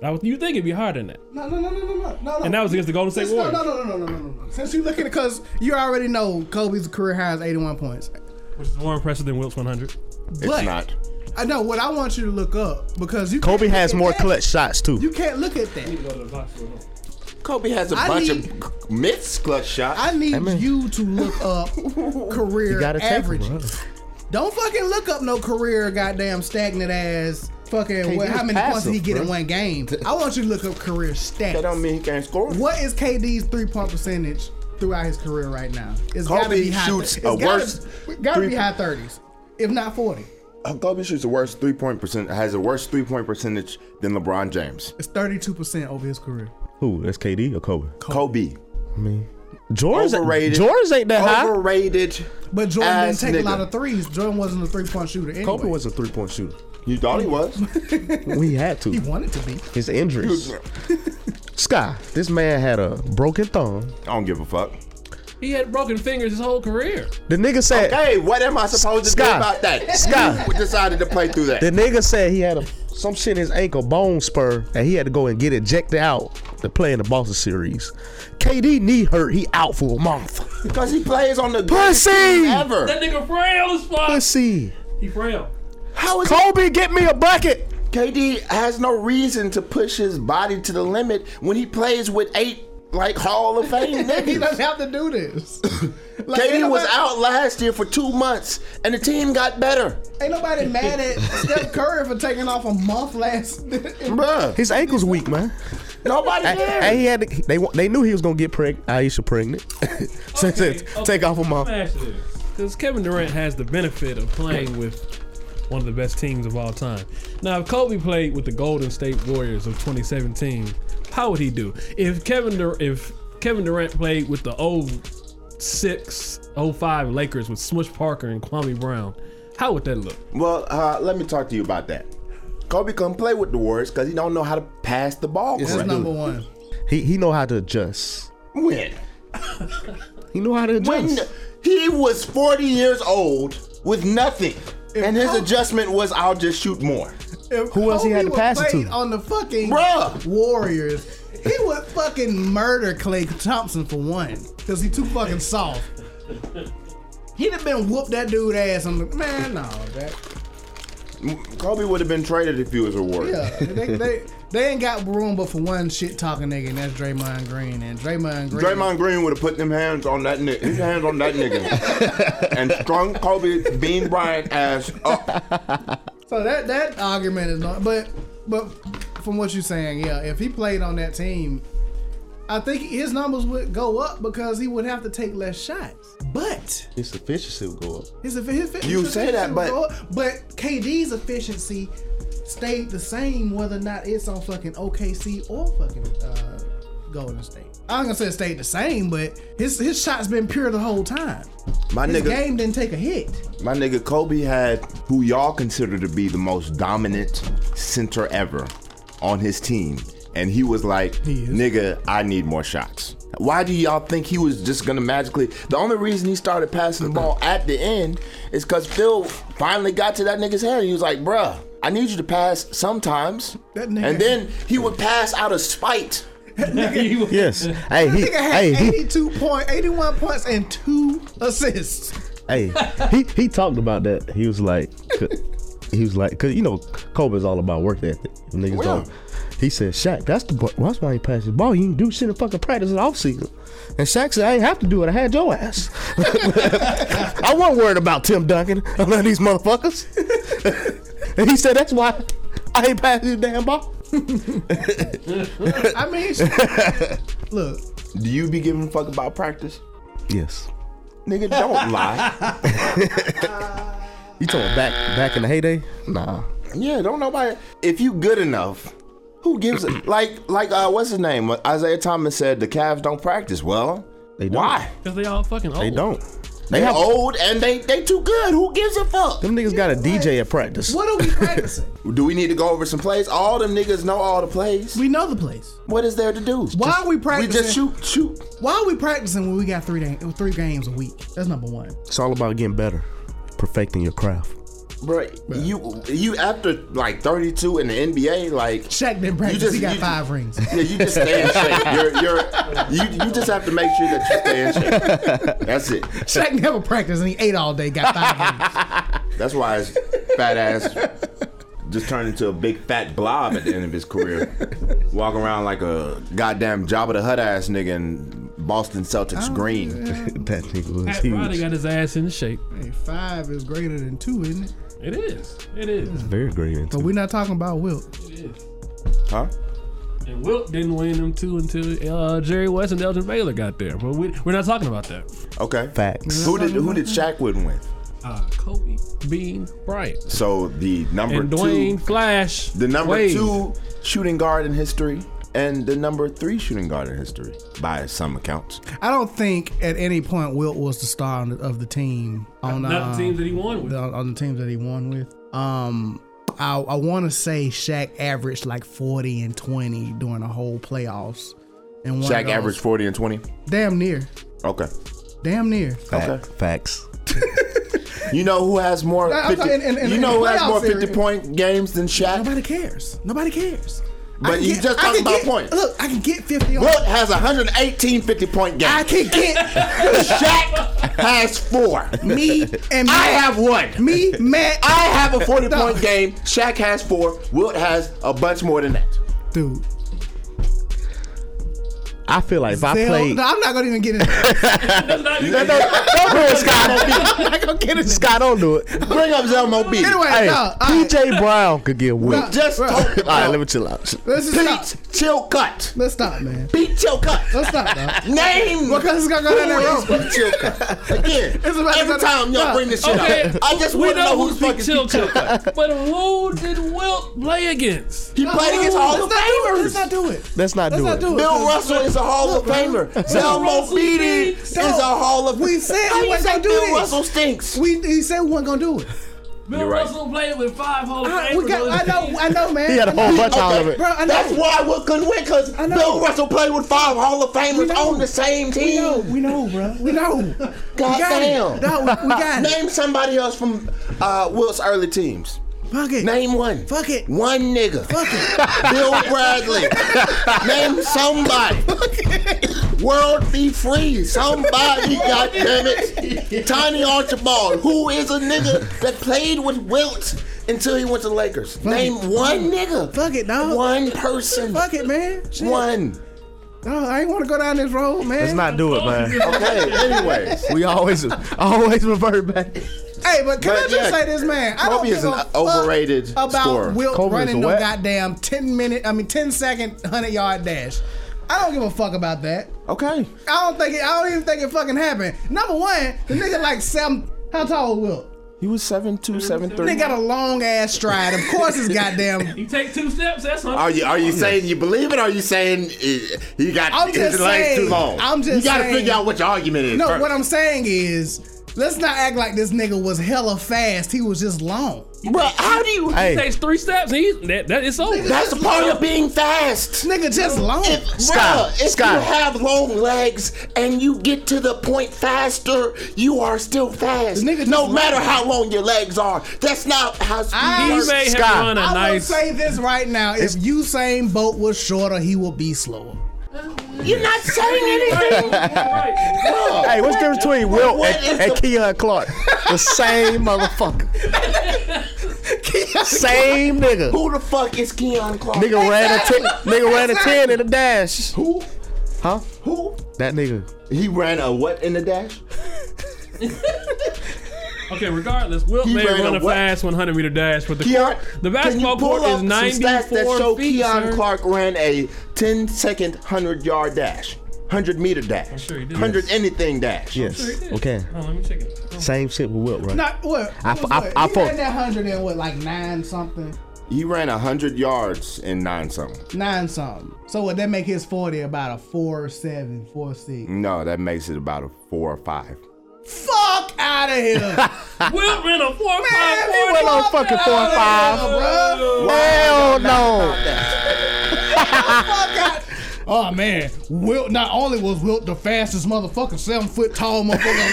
Speaker 3: Now, you think it'd be harder than that?
Speaker 2: No, no, no, no, no, no, no.
Speaker 3: And that was against the Golden State
Speaker 2: no, no,
Speaker 3: Warriors.
Speaker 2: no, no, no, no, no, no. Since you looking, because you already know Kobe's career high is 81 points.
Speaker 3: Which is more impressive than Wilt's 100.
Speaker 1: It's
Speaker 2: But-
Speaker 1: not.
Speaker 2: I know what I want you to look up because you
Speaker 5: Kobe
Speaker 2: can't look
Speaker 5: has
Speaker 2: at
Speaker 5: more
Speaker 2: that.
Speaker 5: clutch shots
Speaker 2: You
Speaker 5: too.
Speaker 2: can't look at that.
Speaker 1: Kobe has a
Speaker 2: I
Speaker 1: bunch
Speaker 2: need-
Speaker 1: of mitts clutch shots.
Speaker 2: I need
Speaker 5: Amen.
Speaker 2: you to look up
Speaker 1: *laughs*
Speaker 2: career
Speaker 5: gotta take 'em,
Speaker 2: averages. Don't fucking look up no career goddamn stagnant ass fucking
Speaker 5: KD
Speaker 2: what, how
Speaker 5: was
Speaker 2: many points did he
Speaker 5: passive,
Speaker 2: get in
Speaker 5: bro.
Speaker 2: one game. I want you to look up career
Speaker 1: that don't
Speaker 2: stats.
Speaker 1: mean he can't score.
Speaker 2: What is KD's three point percentage throughout his career right now? It's
Speaker 1: Kobe
Speaker 2: high
Speaker 1: shoots
Speaker 2: it's
Speaker 1: a
Speaker 2: gotta,
Speaker 1: worse
Speaker 2: gotta be
Speaker 1: three-
Speaker 2: high thirties, if not forty.
Speaker 1: Uh, Kobe shoots the worst three point percent has a worse three point percentage than LeBron James.
Speaker 2: It's thirty two percent over his career.
Speaker 5: Who? That's KD or Kobe?
Speaker 1: Kobe.
Speaker 5: I mean, George.
Speaker 1: Overrated.
Speaker 5: George ain't that high.
Speaker 1: Overrated.
Speaker 2: Uh-huh. But Jordan
Speaker 1: ass
Speaker 2: didn't take
Speaker 1: nigga.
Speaker 2: a lot of threes. Jordan wasn't a three point shooter. Anyway.
Speaker 5: Kobe was a three point shooter.
Speaker 1: You thought he was.
Speaker 5: We had
Speaker 2: he
Speaker 5: to.
Speaker 2: wanted to be. *laughs*
Speaker 5: His injuries. Sky, this man had a broken thumb.
Speaker 1: I don't give a fuck.
Speaker 3: He had broken fingers his whole career.
Speaker 5: The nigga said.
Speaker 1: Hey, what am I supposed to
Speaker 5: Sky.
Speaker 1: do about that?
Speaker 5: Sky.
Speaker 1: You decided to play through that.
Speaker 5: The nigga said he had a some shit in his ankle, bone spur, and he had to go and get ejected out to play in the Boston series. KD knee hurt, he out for a month.
Speaker 1: Because he plays on the
Speaker 5: Pussy!
Speaker 1: team ever.
Speaker 3: That nigga frail as fuck.
Speaker 5: Pussy.
Speaker 3: He frail.
Speaker 1: How is
Speaker 5: Kobe, get me a bucket.
Speaker 1: KD has no reason to push his body to the limit when he plays with eight like Hall of Fame
Speaker 2: He
Speaker 1: niggas?
Speaker 2: doesn't have to
Speaker 1: *laughs*
Speaker 2: do this. like, ain't
Speaker 1: KD was
Speaker 2: nobody-
Speaker 1: out last year for two months, and the team got better.
Speaker 2: Ain't nobody mad at Steph Curry for taking off a month last. *laughs*
Speaker 1: Bruh,
Speaker 5: His ankle's weak, man.
Speaker 1: nobody
Speaker 5: And, and he had to, they wa- they knew he was gonna get pregnant. Aisha pregnant. *laughs* so they said,
Speaker 3: Okay, okay.
Speaker 5: take off a month.
Speaker 3: Because Kevin Durant has the benefit of playing with one of the best teams of all time. Now, if Kobe played with the Golden State Warriors of 2017, how would he do? If Kevin Dur- if Kevin Durant played with the 06, 05 Lakers with Smush Parker and Kwame Brown, how would that look?
Speaker 1: Well, uh, let me talk to you about that. Kobe couldn't play with the Warriors because he don't know how to pass the ball.
Speaker 5: Yes,
Speaker 2: That's
Speaker 1: correctly.
Speaker 2: number one.
Speaker 5: He he know how to adjust.
Speaker 1: When?
Speaker 5: He know how to
Speaker 1: When
Speaker 5: adjust.
Speaker 1: he was 40 years old with nothing. And his adjustment was I'll just shoot more.
Speaker 2: If
Speaker 5: Who else
Speaker 2: Kobe
Speaker 5: he had to
Speaker 2: would
Speaker 5: pass it
Speaker 2: play
Speaker 5: to?
Speaker 2: On the fucking
Speaker 1: Bruh.
Speaker 2: Warriors. He would fucking murder Clay Thompson for one. Because he too fucking soft. He'd have been whooped that dude ass on the man, no, that
Speaker 1: Kobe would have been traded if he was a Warrior.
Speaker 2: yeah. They, they, they ain't got room but for one shit talking nigga, and that's Draymond Green. And Draymond Green
Speaker 1: Draymond Green would have put them hands on that nigga, his hands on that nigga,
Speaker 2: *laughs*
Speaker 1: and strung Kobe Bean Bryant ass up.
Speaker 2: So that that argument is not, but but from what you're saying, yeah, if he played on that team, I think his numbers would go up because he would have to take less shots. But
Speaker 5: His efficiency will go up.
Speaker 2: his, his, his
Speaker 1: You say that,
Speaker 2: efficiency
Speaker 1: but-
Speaker 2: would go up. but KD's efficiency stayed the same whether or not it's on fucking OKC or fucking uh, Golden State. I'm gonna say it stayed the same, but his his shots been pure the whole time.
Speaker 1: My
Speaker 2: His
Speaker 1: nigga,
Speaker 2: game didn't take a hit.
Speaker 1: my nigga Kobe had who y'all consider to be the most dominant center ever on his team, and he was like,
Speaker 2: He is.
Speaker 1: "Nigga, I need more shots." Why do y'all think he was just gonna magically? The only reason he started passing the ball at the end is because Phil finally got to that nigga's head. He was like, "Bruh, I need you to pass sometimes,"
Speaker 2: That nigga-
Speaker 1: and then he would pass out of spite.
Speaker 5: Yes. hey, he,
Speaker 2: Nigga had
Speaker 5: hey, he,
Speaker 2: 82 point, 81 points and two assists.
Speaker 5: hey, he, he talked about that. He was like, c- he was like, cause you know, Kobe's all about work ethic. Niggas
Speaker 1: Well,
Speaker 5: don't. He said, Shaq, that's the boy. That's why he passed the ball. He didn't do shit in fucking practice in the offseason. And Shaq said, I ain't have to do it. I had your ass. *laughs* I wasn't worried about Tim Duncan or none of these motherfuckers. *laughs* and he said, that's why I ain't passing the damn ball.
Speaker 2: I mean,
Speaker 5: *laughs*
Speaker 2: look,
Speaker 1: Do you be giving a fuck about practice?
Speaker 5: Yes.
Speaker 1: Nigga, don't
Speaker 2: *laughs*
Speaker 1: lie. *laughs*
Speaker 5: You talking back back in the heyday? Nah.
Speaker 1: Yeah, don't nobody. If you good enough, who gives a like like uh what's his name? Isaiah Thomas said the Cavs don't practice. Well,
Speaker 5: They don't.
Speaker 1: why?
Speaker 3: Because they all fucking old.
Speaker 5: They don't.
Speaker 1: They
Speaker 5: They have
Speaker 1: old and they they too good. Who gives a fuck?
Speaker 5: them niggas got a DJ at practice.
Speaker 2: what are we practicing?
Speaker 1: Do we need to go over some plays? All them niggas know all the plays.
Speaker 2: we know the place.
Speaker 1: What is there to do?
Speaker 2: Why are we
Speaker 1: We
Speaker 2: practicing?
Speaker 1: just shoot, shoot.
Speaker 2: Why are we practicing when we got three day, three games a week? That's number one.
Speaker 5: It's all about getting better, perfecting your craft.
Speaker 1: Bro, you you after like 32 in the NBA, like
Speaker 2: Shaq didn't practice.
Speaker 1: just-
Speaker 2: he got
Speaker 1: you-
Speaker 2: five
Speaker 5: *laughs*
Speaker 2: rings.
Speaker 1: Yeah, you just stay in shape. You're, you're, you, you just have to make sure that you stay in shape. That's it.
Speaker 2: Shaq never practiced and he ate all day. Got five rings.
Speaker 1: That's why his fat ass just turned into a big fat blob at the end of his career. Walking around like a goddamn Jabba the Hutt ass nigga in Boston Celtics
Speaker 2: Oh,
Speaker 1: green. *laughs*
Speaker 5: that nigga was
Speaker 3: Pat Riley
Speaker 5: huge.
Speaker 3: got his ass in shape.
Speaker 2: Hey, five is greater than two, isn't it?
Speaker 3: It is. It is.
Speaker 5: Very green.
Speaker 2: But we're not talking about Wilt.
Speaker 3: Mm. It is.
Speaker 1: Huh?
Speaker 3: And Wilt didn't win them two until uh, Jerry West and Elgin Baylor got there. But we, we're not talking about that.
Speaker 1: Okay.
Speaker 5: Facts.
Speaker 1: Who did who did Shaq win with?
Speaker 3: Uh, Kobe Bean Bryant
Speaker 1: So the number
Speaker 3: and
Speaker 1: two
Speaker 3: Dwayne Flash.
Speaker 1: the number
Speaker 3: Wade.
Speaker 1: two shooting guard in history and the number three shooting guard in history by some accounts.
Speaker 2: I don't think at any point Wilt was the star on the- of the team. On
Speaker 3: Not
Speaker 2: um,
Speaker 3: the teams that he won with.
Speaker 2: the- on the teams that he won with. Um, I, I want to say Shaq averaged like 40 and 20 during the whole playoffs. And one
Speaker 1: Shaq
Speaker 2: of those-
Speaker 1: averaged 40 and 20.
Speaker 2: damn near,
Speaker 1: Okay.
Speaker 2: damn near.
Speaker 5: Fact-
Speaker 1: Okay.
Speaker 5: Facts.
Speaker 1: You know who has more
Speaker 2: I'm
Speaker 1: 50,
Speaker 2: talking in- in-
Speaker 1: You
Speaker 2: in
Speaker 1: know who has
Speaker 2: playoff
Speaker 1: more 50
Speaker 2: series.
Speaker 1: point games than Shaq?
Speaker 2: Nobody cares. Nobody cares. I
Speaker 1: But
Speaker 2: can
Speaker 1: you
Speaker 2: get-
Speaker 1: just
Speaker 2: I
Speaker 1: talked
Speaker 2: can
Speaker 1: about
Speaker 2: get-
Speaker 1: points.
Speaker 2: Look, I can get 50 on.
Speaker 1: Wilt has 118 50 point games.
Speaker 2: I *laughs* can
Speaker 1: *laughs*
Speaker 2: get
Speaker 1: Shaq has four.
Speaker 2: me and
Speaker 1: I
Speaker 2: Matt-
Speaker 1: have one.
Speaker 2: me, Matt.
Speaker 1: I have a 40
Speaker 2: No.
Speaker 1: point game. Shaq has four. Wilt has a bunch more than that.
Speaker 2: dude.
Speaker 5: I feel like if I
Speaker 2: Zell-
Speaker 5: played,
Speaker 2: No, I'm not gonna even get into
Speaker 1: *laughs*
Speaker 2: it.
Speaker 5: don't, don't bring Scott. *laughs*
Speaker 2: I'm not gonna get into it.
Speaker 5: Scott, don't do it.
Speaker 1: Bring up Zelmo B.
Speaker 2: Anyway,
Speaker 5: Hey,
Speaker 2: no, all right.
Speaker 5: PJ Brown could get whipped.
Speaker 1: Just
Speaker 2: Bro.
Speaker 1: talk
Speaker 5: *laughs* All right,
Speaker 1: about
Speaker 5: let me chill out.
Speaker 2: Let's just stop.
Speaker 1: Pete Chill Cut.
Speaker 2: Let's stop, man.
Speaker 1: Pete Chill Cut.
Speaker 2: Let's stop, *laughs* dog.
Speaker 1: Name.
Speaker 2: Well, cause it's gonna go down that road.
Speaker 1: Pete Chill Cut. Again,
Speaker 2: *laughs* It's about to
Speaker 1: every
Speaker 2: go down-
Speaker 1: time y'all
Speaker 2: Nah.
Speaker 1: bring this shit
Speaker 3: Okay,
Speaker 1: up, I just
Speaker 3: we
Speaker 1: want to know
Speaker 3: know
Speaker 1: who's
Speaker 3: who's Pete
Speaker 1: fucking
Speaker 3: Chill
Speaker 1: Pete Chill
Speaker 3: Cut.
Speaker 1: Cut.
Speaker 3: But who did Wilt play against?
Speaker 1: He played against Hall of
Speaker 2: Let's not do it.
Speaker 1: Famers.
Speaker 2: Let's not do it. Let's
Speaker 5: Let's not do
Speaker 2: not
Speaker 5: it.
Speaker 2: do it.
Speaker 1: Bill
Speaker 2: Cause-
Speaker 1: Russell is a Hall of Famer. Zelmo
Speaker 3: Russell
Speaker 1: Beatty
Speaker 3: stinks.
Speaker 1: is a Hall of
Speaker 2: We said
Speaker 1: How
Speaker 2: we
Speaker 1: you
Speaker 2: wasn't
Speaker 1: say
Speaker 2: gonna do
Speaker 1: Bill
Speaker 2: this.
Speaker 1: Russell stinks.
Speaker 2: We he said we weren't gonna do it.
Speaker 3: Bill
Speaker 1: You're right.
Speaker 3: Russell played with five Hall of
Speaker 2: I, we
Speaker 3: Famers.
Speaker 2: got, I know, I know, man.
Speaker 5: He had a whole bunch out of it.
Speaker 2: Bro, I know.
Speaker 1: That's why we couldn't win because
Speaker 2: I know.
Speaker 1: Bill Russell played with five Hall of
Speaker 2: We
Speaker 1: Famers
Speaker 2: know.
Speaker 1: on the same
Speaker 2: We
Speaker 1: team.
Speaker 2: know, we know, bro. We know. God we got
Speaker 1: Goddamn.
Speaker 2: It. No, we, we got it.
Speaker 1: Name somebody else from uh, Wilt's early teams.
Speaker 2: Fuck it.
Speaker 1: Name one.
Speaker 2: Fuck it.
Speaker 1: One nigga. Fuck it. Bill Bradley. Name somebody. World be free. Somebody, goddamn it. Tiny Archibald, who is a nigga that played with Wilt until he went to Lakers. Name one nigga.
Speaker 2: Fuck it, dog.
Speaker 1: One person.
Speaker 2: Fuck it, man. Shit.
Speaker 1: One.
Speaker 2: No, I ain't want to go down this road, man.
Speaker 5: Let's not do it, man.
Speaker 1: Okay, anyways.
Speaker 5: We always, always revert back.
Speaker 2: Hey, but can
Speaker 1: But
Speaker 2: I just
Speaker 1: yeah,
Speaker 2: say this, man? I
Speaker 1: Kobe
Speaker 2: don't
Speaker 1: is an
Speaker 2: give a fuck
Speaker 1: overrated
Speaker 2: about
Speaker 1: scorer.
Speaker 2: Wilt
Speaker 5: Kobe is a
Speaker 2: running no
Speaker 5: what?
Speaker 2: goddamn ten minute, I mean ten second hundred yard dash. I don't give a fuck about that.
Speaker 1: Okay.
Speaker 2: I don't think it. I don't even think it fucking happened. Number one, the nigga like seven. How tall was Wilt?
Speaker 1: He was 7'2, 7'3.
Speaker 2: Nigga got a long ass stride. Of course, it's
Speaker 3: *laughs*
Speaker 2: goddamn.
Speaker 3: You take two steps, that's something.
Speaker 1: Are you are you saying you believe it? Or are you saying eh, he got
Speaker 2: I'm
Speaker 1: his
Speaker 2: just
Speaker 1: legs too
Speaker 2: saying-
Speaker 1: long?
Speaker 2: I'm just
Speaker 1: you got to
Speaker 2: saying-
Speaker 1: figure out what your argument is.
Speaker 2: No,
Speaker 1: first.
Speaker 2: what I'm saying is, let's not act like this nigga was hella fast. He was just long.
Speaker 1: Bruh, how do you?
Speaker 3: He
Speaker 5: Hey,
Speaker 3: takes three steps, and he's, that, that, it's over.
Speaker 1: that's a part of being fast.
Speaker 2: Nigga just long.
Speaker 1: If,
Speaker 5: Scott,
Speaker 1: bruh, if
Speaker 5: Scott.
Speaker 1: you have long legs and you get to the point faster, you are still fast.
Speaker 2: The nigga
Speaker 1: no
Speaker 2: just-
Speaker 1: matter how long your legs are, that's not how speed
Speaker 2: I-
Speaker 3: he
Speaker 1: works.
Speaker 3: may have
Speaker 5: Scott,
Speaker 3: run a
Speaker 2: I will
Speaker 3: nice.
Speaker 2: say this right now: if Usain Bolt was shorter, he would be slower.
Speaker 1: You're not saying anything. Bruh,
Speaker 5: hey, what's the difference between Wilt
Speaker 1: what is
Speaker 5: and, and
Speaker 1: the-
Speaker 5: Keon Clark? The same motherfucker. same nigga.
Speaker 1: Who the fuck is Keon Clark?
Speaker 5: Nigga ran a ten, nigga ran a ten in a dash.
Speaker 1: Who?
Speaker 5: Huh?
Speaker 1: Who?
Speaker 5: That nigga.
Speaker 1: He ran a what in the dash?
Speaker 3: *laughs* Okay, regardless, Wilt
Speaker 1: He
Speaker 3: may
Speaker 1: ran
Speaker 3: run
Speaker 1: a
Speaker 3: a
Speaker 1: what?
Speaker 3: fast 100 meter dash, but the
Speaker 1: Keon,
Speaker 3: court, the basketball
Speaker 1: can you pull
Speaker 3: court is
Speaker 1: up some stats
Speaker 3: 94
Speaker 1: that show
Speaker 3: feet.
Speaker 1: Keon
Speaker 3: sir?
Speaker 1: Clark ran a 10 second 100 yard dash, 100 meter dash,
Speaker 3: sure he did.
Speaker 1: 100 anything dash.
Speaker 5: Yes. Okay.
Speaker 3: Hold on, let me check it.
Speaker 5: *laughs*
Speaker 3: Hold on.
Speaker 5: Same shit with Wilt, right?
Speaker 2: Not what?
Speaker 5: I
Speaker 2: what
Speaker 5: fu- I-
Speaker 2: was it?
Speaker 5: I
Speaker 2: he
Speaker 5: fu-
Speaker 2: ran that hundred and what, like nine something,
Speaker 1: He ran 100 yards in nine something.
Speaker 2: nine something. So would that make his forty about a four seven, four six?
Speaker 1: No, that makes it about a four or five.
Speaker 2: Fuck out of
Speaker 5: *laughs*
Speaker 2: here,
Speaker 3: Wilt ran a 4 Man,
Speaker 2: Man, he went
Speaker 5: on fucking four and five.
Speaker 2: bro.
Speaker 5: Hell no.
Speaker 2: Fuck out. Oh man, Wilt. Not only was Wilt the fastest motherfucker, seven foot tall motherfucker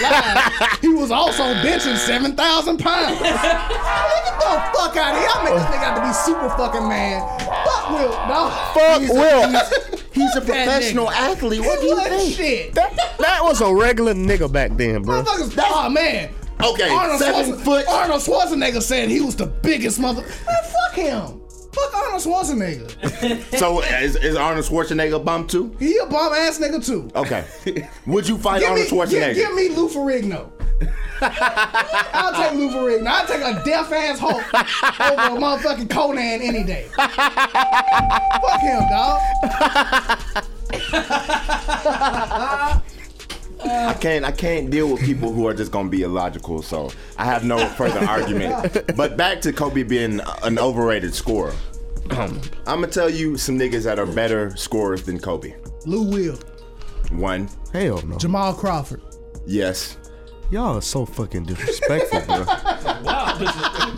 Speaker 1: *laughs*
Speaker 2: alive, he was also benching seven thousand pounds. Get the fuck out of here! I make this nigga out to be super fucking man. Fuck Wilt, dog.
Speaker 5: Fuck Wilt.
Speaker 1: He's a
Speaker 2: That
Speaker 1: professional
Speaker 2: nigga.
Speaker 1: athlete. What do
Speaker 2: He
Speaker 1: you
Speaker 2: wasn't
Speaker 1: think?
Speaker 2: Shit.
Speaker 5: That, that was a regular nigga back then, bro.
Speaker 2: Motherfuckers, oh man.
Speaker 1: Okay, seven
Speaker 2: Schwarzen-
Speaker 1: foot.
Speaker 2: Arnold Schwarzenegger said he was the biggest mother. Man, fuck him. Fuck Arnold
Speaker 1: *laughs*
Speaker 2: Schwarzenegger.
Speaker 1: So is, is Arnold Schwarzenegger a bum too?
Speaker 2: He a bum ass nigga too.
Speaker 1: *laughs* Okay. Would you fight
Speaker 2: Give me,
Speaker 1: Arnold
Speaker 2: give,
Speaker 1: Schwarzenegger?
Speaker 2: give me Lou Ferrigno. I'll take Lou Ferrigno. I'll take a deaf ass Hulk over a motherfucking Conan any day. Fuck him, dog.
Speaker 1: I can't I can't deal with people who are just gonna be illogical, so I have no *laughs* further argument. But back to Kobe being an overrated *clears throat* scorer. I'm gonna tell you some niggas that are better scorers than Kobe.
Speaker 2: Lou Will,
Speaker 1: One,
Speaker 5: Hell no.
Speaker 2: Jamal Crawford.
Speaker 1: yes.
Speaker 5: Y'all are so fucking disrespectful, bro.
Speaker 3: Wow.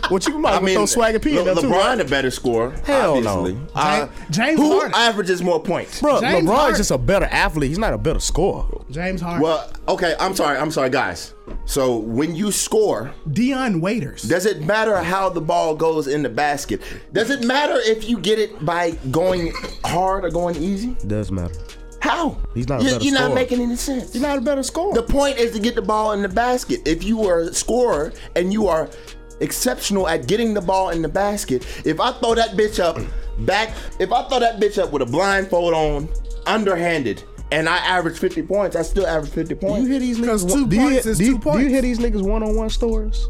Speaker 5: What you might I mean, throw swagger P in
Speaker 1: Le-
Speaker 5: there too, right?
Speaker 1: LeBron a better scorer.
Speaker 5: Hell no.
Speaker 1: obviously. Uh,
Speaker 2: James
Speaker 1: who
Speaker 2: Harden.
Speaker 1: averages more points?
Speaker 5: Bro,
Speaker 2: James
Speaker 5: LeBron's
Speaker 2: Harden.
Speaker 5: just a better athlete. He's not a better scorer.
Speaker 2: James Harden.
Speaker 1: Well, okay, I'm sorry, I'm sorry, guys. So when you score,
Speaker 2: Dion Waiters.
Speaker 1: Does it matter how the ball goes in the basket? Does it matter if you get it by going hard or going easy?
Speaker 5: Does matter.
Speaker 1: How?
Speaker 5: He's not a
Speaker 1: You-
Speaker 5: better
Speaker 1: You're not
Speaker 5: scorer.
Speaker 1: making any sense.
Speaker 5: He's not a better scorer.
Speaker 1: the point is to get the ball in the basket. If you are a scorer and you are exceptional at getting the ball in the basket, if I throw that bitch up back, if I throw that bitch up with a blindfold on, underhanded, and I average 50 points. I still average 50
Speaker 5: Do you
Speaker 1: points.
Speaker 5: hear these
Speaker 4: Because
Speaker 5: niggas?
Speaker 4: two
Speaker 5: do, you, hear-
Speaker 4: points is
Speaker 5: do,
Speaker 4: two
Speaker 5: you, do you
Speaker 4: points.
Speaker 5: hear these niggas one-on-one stories?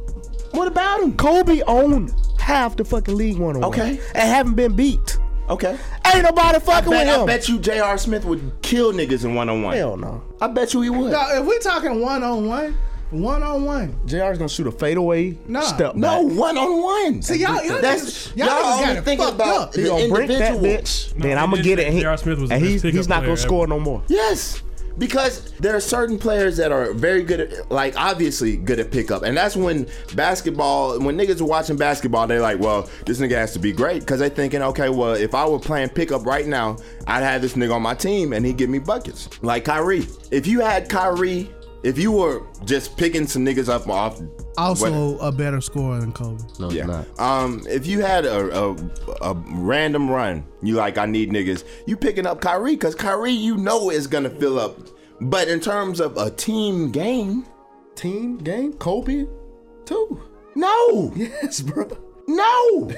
Speaker 1: What about him?
Speaker 5: Kobe owned half the fucking league one-on-one.
Speaker 1: Okay.
Speaker 5: and haven't been beat.
Speaker 1: Okay.
Speaker 5: Ain't nobody fucking
Speaker 1: Bet-
Speaker 5: with
Speaker 1: I
Speaker 5: him.
Speaker 1: bet you J.R. Smith would kill niggas in one on
Speaker 5: Hell
Speaker 1: one.
Speaker 5: no.
Speaker 1: I bet you he would.
Speaker 2: Now, if we talking one on one, one on one.
Speaker 5: Jr's gonna shoot a fadeaway
Speaker 2: Nah.
Speaker 5: step.
Speaker 1: No,
Speaker 5: back.
Speaker 1: one on one.
Speaker 2: See, y'all- y'all
Speaker 1: That's-
Speaker 2: niggas- y'all niggas
Speaker 1: only
Speaker 2: got it
Speaker 1: thinking
Speaker 2: fucked
Speaker 1: about
Speaker 2: up.
Speaker 1: the
Speaker 5: He gonna break that
Speaker 1: individual.
Speaker 5: bitch,
Speaker 3: No,
Speaker 5: then
Speaker 3: he
Speaker 5: I'm gonna
Speaker 3: didn't.
Speaker 5: get it. and he-
Speaker 3: J.R. Smith was the
Speaker 5: and
Speaker 3: best
Speaker 5: he's,
Speaker 3: pickup
Speaker 5: he's not
Speaker 3: player
Speaker 5: gonna
Speaker 3: ever.
Speaker 5: score no more.
Speaker 1: Yes, because there are certain players that are very good, at, like obviously good at pickup, and that's when basketball, when niggas are watching basketball, they're like, "Well, this nigga has to be great," because they thinking, "Okay, well, if I were playing pickup right now, I'd have this nigga on my team and he'd give me buckets." Like Kyrie, if you had Kyrie, if you were just picking some niggas up off,
Speaker 2: Also, a better scorer than Kobe.
Speaker 5: No,
Speaker 1: yeah. Um, if you had a, a a random run, you like I need niggas. You picking up Kyrie because Kyrie, you know, is gonna fill up. But in terms of a team game,
Speaker 5: Team game, Kobe, too.
Speaker 1: no,
Speaker 5: Yes, bro.
Speaker 2: *laughs*
Speaker 1: no.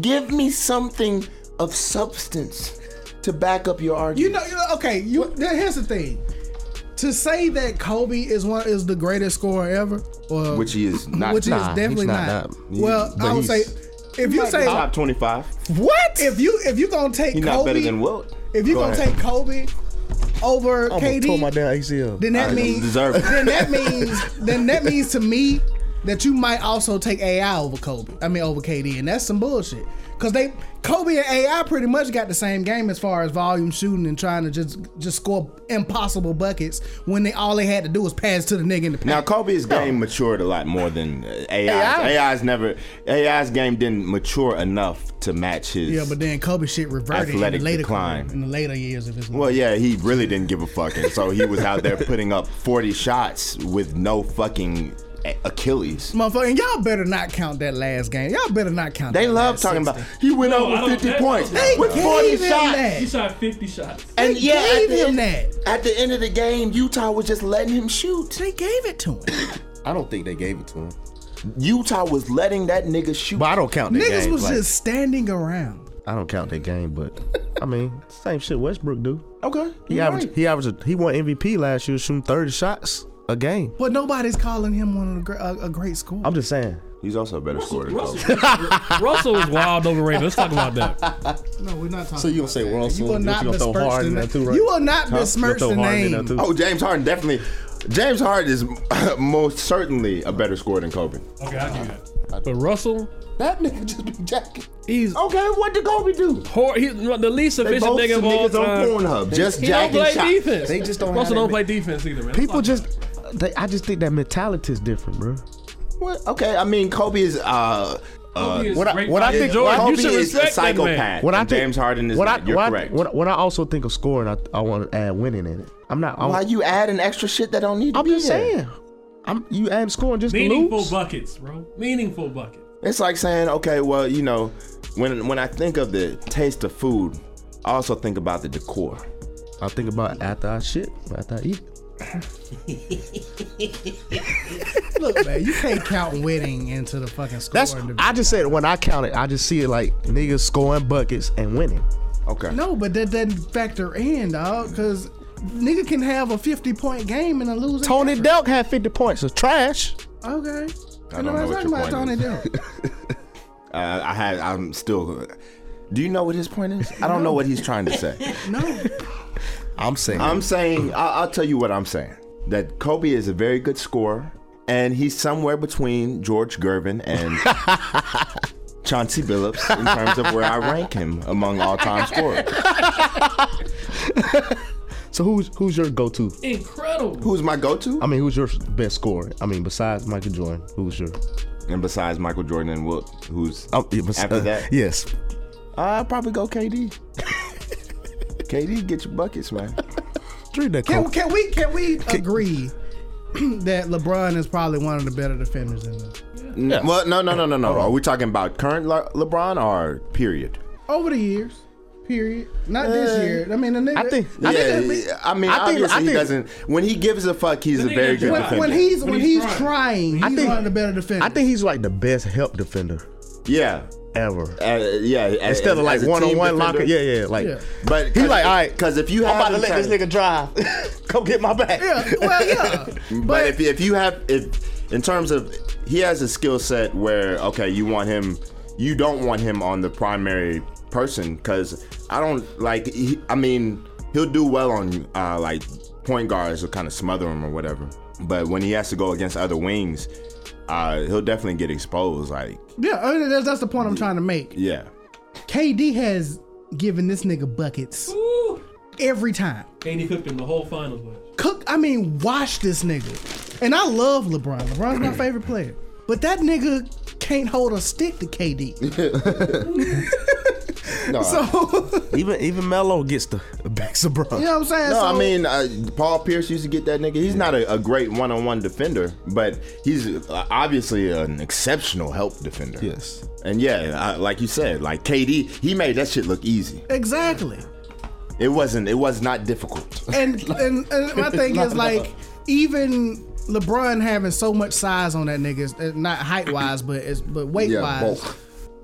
Speaker 1: Give me something of substance to back up your argument.
Speaker 2: You know, you know okay. You now here's the thing. To say that Kobe is one is the greatest scorer ever, or
Speaker 1: Which he is not.
Speaker 2: which he
Speaker 5: Nah,
Speaker 2: is
Speaker 5: he's
Speaker 2: definitely
Speaker 5: not
Speaker 2: not.
Speaker 5: that. He-
Speaker 2: Well,
Speaker 5: but
Speaker 2: I would say
Speaker 5: he's-
Speaker 2: if you say
Speaker 1: top twenty-five.
Speaker 2: what if you if you gonna take
Speaker 1: He's
Speaker 2: Kobe,
Speaker 1: not better than Wilt.
Speaker 2: if you
Speaker 1: Go
Speaker 2: gonna
Speaker 1: ahead.
Speaker 2: take Kobe over
Speaker 5: I'm gonna tore
Speaker 2: KD,
Speaker 5: my damn ACL.
Speaker 2: then that
Speaker 1: I
Speaker 2: means
Speaker 1: deserve it.
Speaker 2: then
Speaker 1: *laughs*
Speaker 2: that means then that means to me that you might also take AI over Kobe. I mean over KD, and that's some bullshit. Cause they Kobe and AI pretty much got the same game as far as volume shooting and trying to just just score impossible buckets when they all they had to do was pass to the nigga in the
Speaker 1: Now
Speaker 2: paint.
Speaker 1: Kobe's game matured a lot more than uh, AI's. AI's never AI's game didn't mature enough to match his.
Speaker 2: yeah, but then Kobe shit reverted in the
Speaker 1: Athletic
Speaker 2: later
Speaker 1: decline.
Speaker 2: in the later years of his life.
Speaker 1: Well, yeah, he really didn't give a fuck, and so he was out there putting up forty shots with no fucking A- Achilles.
Speaker 2: Motherfucker, and y'all better not count that last game. Y'all better not count.
Speaker 1: They
Speaker 2: that
Speaker 1: love
Speaker 2: last
Speaker 1: talking
Speaker 2: 60.
Speaker 1: about he went
Speaker 3: No,
Speaker 1: over
Speaker 3: I don't-
Speaker 1: fifty
Speaker 3: that-
Speaker 1: points
Speaker 3: They
Speaker 1: with
Speaker 2: gave
Speaker 1: forty
Speaker 2: him
Speaker 1: shots,
Speaker 2: that.
Speaker 3: He shot 50 shots.
Speaker 1: and
Speaker 2: They
Speaker 1: yeah,
Speaker 2: gave
Speaker 1: at the
Speaker 2: him
Speaker 1: end- At the end of the game, Utah was just letting him shoot.
Speaker 2: They gave it to him.
Speaker 5: I don't think they gave it to him.
Speaker 1: Utah was letting that nigga shoot.
Speaker 5: But I don't count that
Speaker 2: Niggas
Speaker 5: game.
Speaker 2: was
Speaker 5: like,
Speaker 2: just standing around.
Speaker 5: I don't count that game, but I mean, same shit Westbrook *laughs* do.
Speaker 1: okay,
Speaker 5: He
Speaker 1: you're
Speaker 5: averaged
Speaker 1: right.
Speaker 5: he averaged he won MVP last year shooting 30 shots a game.
Speaker 2: But nobody's calling him one of the, gr- a, a great scorer.
Speaker 5: I'm just saying.
Speaker 1: He's also a better scorer than Kobe.
Speaker 3: Russell, Russell was wild overrated. Let's talk about that.
Speaker 2: no, we're not talking.
Speaker 5: So you gonna
Speaker 2: about
Speaker 5: say
Speaker 2: that.
Speaker 5: Russell,
Speaker 2: You will
Speaker 5: but
Speaker 2: not
Speaker 5: you gonna throw
Speaker 2: besmirch
Speaker 5: Harden in
Speaker 2: the
Speaker 5: there
Speaker 2: name.
Speaker 5: too, right?
Speaker 2: You will not
Speaker 5: Huh?
Speaker 2: besmirch
Speaker 5: You'll
Speaker 2: the
Speaker 5: throw Harden in there
Speaker 2: name.
Speaker 5: too.
Speaker 1: Oh, James Harden definitely. James Harden is *laughs* most certainly a better scorer than Kobe.
Speaker 3: Okay, I do that. But Russell,
Speaker 1: That nigga just be jacking.
Speaker 3: he's
Speaker 1: Okay, what did Kobe do?
Speaker 3: hor- he's the least
Speaker 1: Oh. They
Speaker 3: efficient
Speaker 1: both
Speaker 3: nigga
Speaker 1: some
Speaker 3: of all
Speaker 1: niggas on
Speaker 3: time.
Speaker 1: Pornhub. Just
Speaker 3: He don't
Speaker 1: jacking
Speaker 3: play
Speaker 1: shots.
Speaker 3: defense.
Speaker 5: They just don't
Speaker 3: Russell don't
Speaker 5: have
Speaker 3: play
Speaker 5: that
Speaker 3: defense either, man.
Speaker 5: People just they, I just think that mentality is different, bro.
Speaker 1: What? Okay, I mean Kobe is. uh uh,
Speaker 3: what
Speaker 5: I- what I think-
Speaker 3: Jordan,
Speaker 1: Kobe
Speaker 3: you should
Speaker 1: is a
Speaker 3: respect that man.
Speaker 1: psychopath.
Speaker 5: *laughs* When I
Speaker 1: and
Speaker 5: think-
Speaker 1: James Harden is
Speaker 5: when
Speaker 1: not.
Speaker 5: I,
Speaker 1: You're
Speaker 5: when
Speaker 1: correct.
Speaker 5: I, when, I- when I also think of scoring, I, I want to add winning in it. I'm not. I'm,
Speaker 1: Why you adding extra shit that don't need to
Speaker 5: I'm
Speaker 1: be
Speaker 5: just
Speaker 1: there?
Speaker 5: saying. I'm you add scoring just to
Speaker 3: Meaningful
Speaker 5: lose.
Speaker 3: buckets, bro. Meaningful buckets.
Speaker 1: It's like saying, okay, well, you know, when when I think of the taste of food, I also think about the decor.
Speaker 5: I think about it after I shit, after I eat. it.
Speaker 2: Look, man, you can't count winning into the fucking score.
Speaker 5: That's
Speaker 2: individual.
Speaker 5: I just said when I count it, I just see it like niggas scoring buckets and winning.
Speaker 1: Okay.
Speaker 2: no, but that doesn't factor in, dog, because nigga can have a fifty point game and a losing.
Speaker 5: Tony
Speaker 2: effort.
Speaker 5: Delk had 50 points. It's trash.
Speaker 2: Okay.
Speaker 1: I don't know what your point
Speaker 2: Tony
Speaker 1: is.
Speaker 2: Delk.
Speaker 1: Uh, I had. I'm still. Do you know what his point is? I don't know what he's trying to *laughs* say.
Speaker 2: No,
Speaker 5: I'm saying.
Speaker 1: I'm saying I, I'll tell you what I'm saying. That Kobe is a very good scorer, and he's somewhere between George Gervin *laughs* and Chauncey Billups in terms of where I rank him among *laughs* all-time scorers.
Speaker 5: so who's who's your go-to?
Speaker 3: Incredible.
Speaker 1: Who's my go-to?
Speaker 5: I mean, who's your best scorer? I mean, besides Michael Jordan, who's your?
Speaker 1: and besides Michael Jordan and Wilt, who's
Speaker 5: Oh, yeah, bes-
Speaker 1: After
Speaker 5: uh,
Speaker 1: that?
Speaker 5: yes.
Speaker 1: I'll probably go *laughs* KD. KD, get your buckets, man.
Speaker 5: Drink that
Speaker 2: Can,
Speaker 5: Coke.
Speaker 2: can we can we agree *clears throat* that LeBron is probably one of the better defenders in the
Speaker 1: N- Well, no, no, no, no, no. Are we talking about current Le- LeBron or period?
Speaker 2: over the years? Period. Not this
Speaker 1: Uh,
Speaker 2: year. I mean, the nigga.
Speaker 5: I think-
Speaker 1: Yeah,
Speaker 2: I think that-
Speaker 1: yeah, I mean,
Speaker 5: I think-
Speaker 1: obviously
Speaker 5: I
Speaker 1: he
Speaker 5: think-
Speaker 1: doesn't. When he gives a fuck, he's a
Speaker 3: The nigga
Speaker 1: very
Speaker 3: just-
Speaker 1: good
Speaker 3: when-
Speaker 1: defender.
Speaker 2: when he's when,
Speaker 3: When
Speaker 2: he's,
Speaker 3: he's
Speaker 2: trying, he's
Speaker 5: I think-
Speaker 2: one of the better defenders.
Speaker 5: I think he's like the best help defender.
Speaker 1: yeah,
Speaker 5: ever.
Speaker 1: Uh, yeah,
Speaker 5: Instead of like one on one locker, yeah, yeah, like.
Speaker 2: Yeah.
Speaker 1: But
Speaker 5: He like, all right,
Speaker 1: because if you
Speaker 5: I'm
Speaker 1: have
Speaker 5: about to
Speaker 1: him
Speaker 5: let
Speaker 1: trying-
Speaker 5: this nigga drive. *laughs* Come get my back.
Speaker 2: Yeah, well, yeah.
Speaker 1: But, if if you have if in terms of he has a skill set where okay you want him you don't want him on the primary person because I don't like he, I mean he'll do well on uh, like point guards will kind of smother him or whatever but when he has to go against other wings uh, he'll definitely get exposed like
Speaker 2: Yeah, I mean, that's, that's the point I'm trying to make.
Speaker 1: yeah
Speaker 2: KD has given this nigga buckets
Speaker 3: Woo!
Speaker 2: every time.
Speaker 3: And he cooked him the whole finals. man.
Speaker 2: Cook, I mean, wash this nigga. And I love LeBron. LeBron's my favorite player. But that nigga can't hold a stick
Speaker 1: *laughs*
Speaker 2: to KD.
Speaker 1: no
Speaker 2: *laughs* So,
Speaker 5: Even even Melo gets the backs of
Speaker 2: you know what I'm saying?
Speaker 1: No,
Speaker 2: so,
Speaker 1: I mean uh, Paul Pierce used to get that nigga. He's not a, a great one-on-one defender, but he's uh, obviously an exceptional help defender.
Speaker 5: Yes.
Speaker 1: and yeah, I, like you said, like KD, he made that shit look easy.
Speaker 2: Exactly.
Speaker 1: It wasn't. It was not difficult.
Speaker 2: And, and,
Speaker 1: *laughs*
Speaker 2: and my thing is, like, even LeBron having so much size on that nigga, it's- it's not height wise, but it's, but weight wise,
Speaker 1: bulk.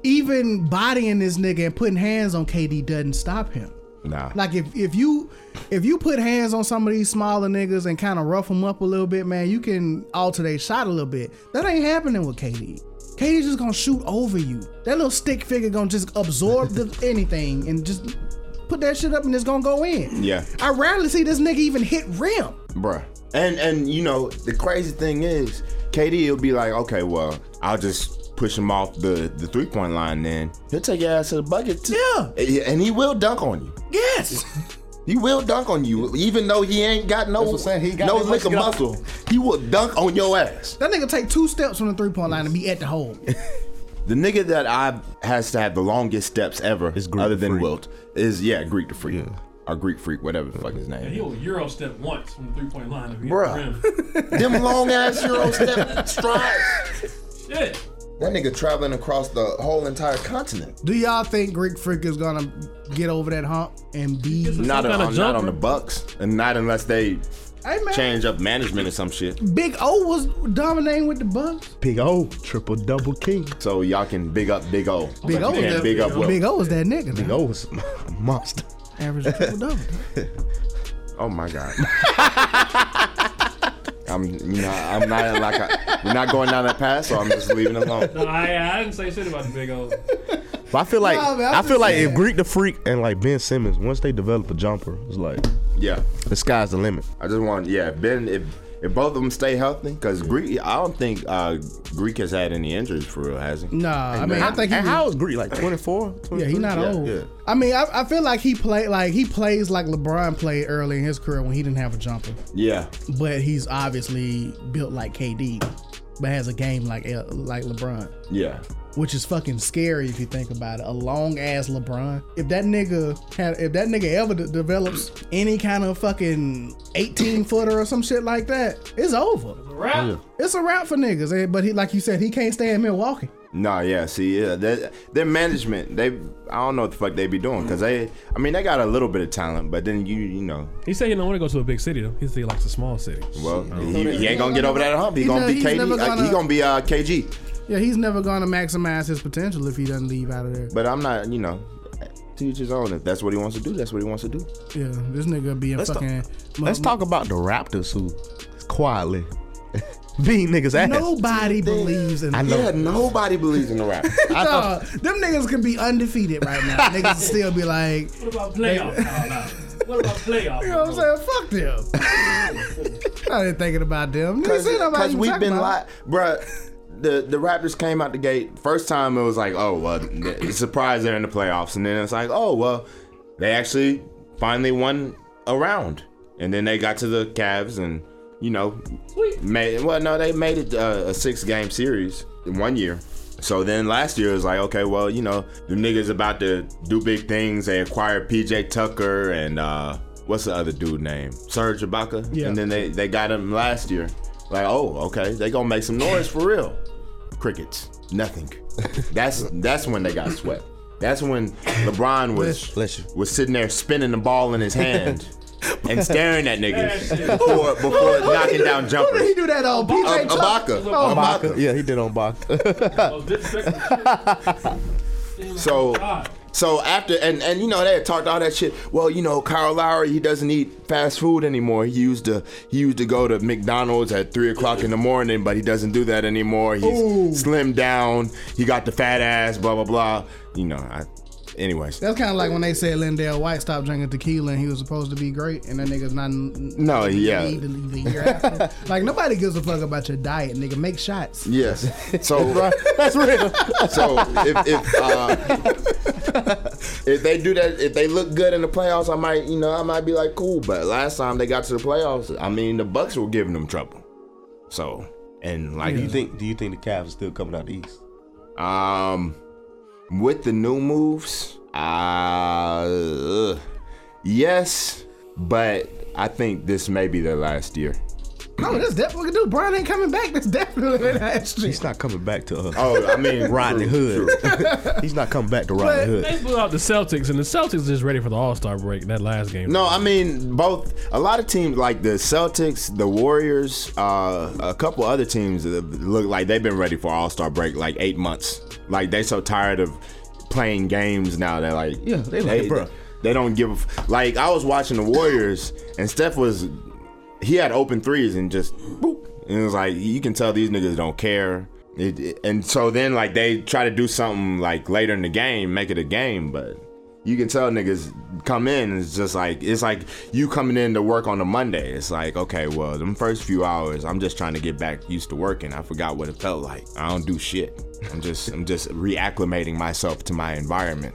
Speaker 2: even bodying this nigga and putting hands on KD doesn't stop him.
Speaker 1: Nah.
Speaker 2: Like if if you if you put hands on some of these smaller niggas and kind of rough them up a little bit, man, you can alter their shot a little bit. That ain't happening with KD. KD's just gonna shoot over you. That little stick figure gonna just absorb the, anything and just put that shit up and it's gonna go in.
Speaker 1: Yeah.
Speaker 2: I rarely see this nigga even hit rim.
Speaker 1: bruh. And and you know the crazy thing is, KD will be like, okay, well, I'll just push him off the the three point line. Then he'll take your ass to the bucket. Too.
Speaker 2: Yeah.
Speaker 1: And- and he will dunk on you.
Speaker 2: Yes.
Speaker 1: He will dunk on you, even though he ain't got no
Speaker 5: what I'm saying, he ain't got
Speaker 1: no
Speaker 5: that
Speaker 1: lick
Speaker 5: much
Speaker 1: of
Speaker 5: to get
Speaker 1: muscle. He will dunk on your ass.
Speaker 2: That nigga take two steps from the three point line and be at the hole.
Speaker 1: The nigga that I has to have the longest steps ever,
Speaker 5: Is Greek
Speaker 1: other
Speaker 5: the
Speaker 1: than
Speaker 5: Freak.
Speaker 1: Wilt, is yeah Greek the Freak or Greek Freak, whatever the fuck his name.
Speaker 3: And
Speaker 1: is.
Speaker 3: he'll euro step once from the three point line. if he hit the
Speaker 1: Bruh. *laughs*
Speaker 3: rim.
Speaker 1: Them long ass euro step strides.
Speaker 3: Shit.
Speaker 1: That nigga traveling across the whole entire continent.
Speaker 2: Do y'all think Greek Freak is gonna get over that hump and be? Hey
Speaker 1: Not,
Speaker 3: Some
Speaker 1: on,
Speaker 3: kinda
Speaker 1: not on
Speaker 3: jumper.
Speaker 1: the Bucks, and not unless they
Speaker 2: man,
Speaker 1: change up management or some shit.
Speaker 2: Big O was dominating with the Bucks.
Speaker 5: Big O, triple double king.
Speaker 1: So y'all can big up Big O.
Speaker 2: Big O,
Speaker 1: And
Speaker 2: is that,
Speaker 1: big up Wilt.
Speaker 2: Big O is that nigga.
Speaker 5: Big
Speaker 2: Big
Speaker 5: O was a monster.
Speaker 2: Average triple double.
Speaker 1: Oh my god. *laughs* I'm you know I'm not like I, we're not going down that path, so I'm just leaving it alone.
Speaker 3: I, I didn't say shit about the big old.
Speaker 5: But I feel like
Speaker 2: Nah, man, I'm
Speaker 5: I feel
Speaker 2: just
Speaker 5: like
Speaker 2: saying.
Speaker 5: if Greek the Freak and like Ben Simmons, once they develop a jumper, it's like
Speaker 1: Yeah,
Speaker 5: the sky's the limit.
Speaker 1: I just want yeah Ben if if both of them stay healthy because Greek I don't think uh, Greek has had any injuries for real has he?
Speaker 2: *laughs* Nah, I mean, I think he.
Speaker 5: And
Speaker 2: was-
Speaker 5: how is Greek like 24?
Speaker 2: yeah, he not
Speaker 1: Yeah,
Speaker 2: old.
Speaker 1: yeah.
Speaker 2: I mean, I, I feel like he played like he plays like LeBron played early in his career when he didn't have a jumper,
Speaker 1: Yeah,
Speaker 2: but he's obviously built like KD, but has a game like L- like LeBron,
Speaker 1: yeah.
Speaker 2: which is fucking scary if you think about it. A long ass LeBron. If that nigga had, if that nigga ever de- develops any kind of fucking eighteen footer or some shit like that, it's over.
Speaker 3: Rap.
Speaker 2: It's a wrap for niggas. eh, But he, like you said, he can't stay in Milwaukee.
Speaker 1: No, yeah. See, yeah, their their management they I don't know what the fuck they be doing because they I mean they got a little bit of talent, but then you you know
Speaker 3: He said he don't want to go to a big city though. He said he likes a small city.
Speaker 1: well he, he ain't gonna get over that hump. He
Speaker 2: He's
Speaker 1: gonna
Speaker 2: not-
Speaker 1: be
Speaker 2: he's
Speaker 1: KD.
Speaker 2: never
Speaker 1: uh, he
Speaker 2: gonna-
Speaker 1: gonna be uh, KG.
Speaker 2: Yeah, he's never going to maximize his potential if he doesn't leave out of there.
Speaker 1: But I'm not, you know, to each his own. If that's what he wants to do, that's what he wants to do.
Speaker 2: Yeah, this nigga be a
Speaker 5: Let's
Speaker 2: fucking.
Speaker 5: Let's talk about the Raptors who quietly *laughs* beat niggas ass.
Speaker 2: Nobody believes in.
Speaker 5: I know.
Speaker 1: Yeah, nobody believes in the
Speaker 2: *laughs*
Speaker 1: rap.
Speaker 5: I thought
Speaker 2: Dog, them niggas could be undefeated right
Speaker 5: *laughs*
Speaker 2: now. niggas would still be like, you
Speaker 3: What about playoff? Nah, nah. What about playoff?
Speaker 2: know what I'm saying? Fuck
Speaker 5: *laughs*
Speaker 2: them. I ain't thinking about them. Niggas ain't nobody even
Speaker 1: we've
Speaker 2: talking
Speaker 1: been like,
Speaker 2: about
Speaker 1: bruh. The, the Raptors came out the gate first time. It was like, oh well, the surprise they're in the playoffs, and then it's like, oh well, they actually finally won a round, and then they got to the Cavs, and you know, made well no, they made it uh, a six game series in one year. So then last year it was like, okay, well, you know, the niggas about to do big things. They acquired PJ Tucker and uh, what's the other dude name? Serge Ibaka.
Speaker 2: Yeah.
Speaker 1: And then they, they got him last year. Like, oh, okay, they gonna make some noise for real. Crickets.
Speaker 5: *laughs*
Speaker 1: Nothing. That's that's when they got swept. That's when LeBron was
Speaker 5: Bless you.
Speaker 1: was sitting there spinning the ball in his
Speaker 5: *laughs*
Speaker 1: hand and staring at niggas
Speaker 3: That shit.
Speaker 1: before before
Speaker 2: Who did he
Speaker 1: knocking
Speaker 2: do-
Speaker 1: down
Speaker 2: Who did
Speaker 1: jumpers.
Speaker 2: he do that on? PJ Tucker?
Speaker 1: Ibaka.
Speaker 5: Oh
Speaker 1: Ibaka.
Speaker 2: *laughs*
Speaker 3: Oh,
Speaker 5: Yeah, he did on Bach.
Speaker 3: Most disrespectful shit.
Speaker 1: So, so after and and you know they had talked all that shit. Well, you know Kyle Lowry he doesn't eat fast food anymore. He used to he used to go to McDonald's at three o'clock in the morning, but he doesn't do that anymore. He's slimmed down. He got the fat ass. Blah blah blah. You know. I, anyways,
Speaker 2: That's kind of like when they said Lindell White stopped drinking tequila and he was supposed to be great, and that nigga's not.
Speaker 1: No, yeah.
Speaker 2: The, the year after. *laughs* like nobody gives a fuck about your diet, nigga. Make shots.
Speaker 1: Yes. *laughs* So that's real. So if if, uh, if they do that, if they look good in the playoffs, I might you know I might be like cool. But last time they got to the playoffs, I mean the Bucks were giving them trouble. So and like
Speaker 5: Do you think? Do you think the Cavs are still coming out the East?
Speaker 1: um with the new moves, uh, ugh. yes, but I think this may be their last year.
Speaker 2: No, Oh, that's definitely dude. Brian ain't coming back. That's definitely *laughs* last year.
Speaker 5: He's not coming back to us.
Speaker 1: Oh, I mean
Speaker 5: Rodney Hood. *laughs* He's not coming back to Rodney Hood.
Speaker 3: They blew out the Celtics, and the Celtics is ready for the All Star break. That last game.
Speaker 1: No, I mean both. A lot of teams like the Celtics, the Warriors, uh, a couple other teams that look like they've been ready for All Star break like eight months. Like they so tired of playing games now. They're like,
Speaker 5: Yeah, they like, "Bruh."
Speaker 1: they don't give. a f- Like I was watching the Warriors, and Steph was he had open threes and just boop. And it was like you can tell these niggas don't care. It, it- and so then like they try to do something like later in the game, make it a game, but you can tell niggas come in and it's just like it's like you coming in to work on a Monday. It's like okay, well, them first few hours, I'm just trying to get back used to working. I forgot what it felt like. I don't do shit. I'm just I'm just reacclimating myself to my environment.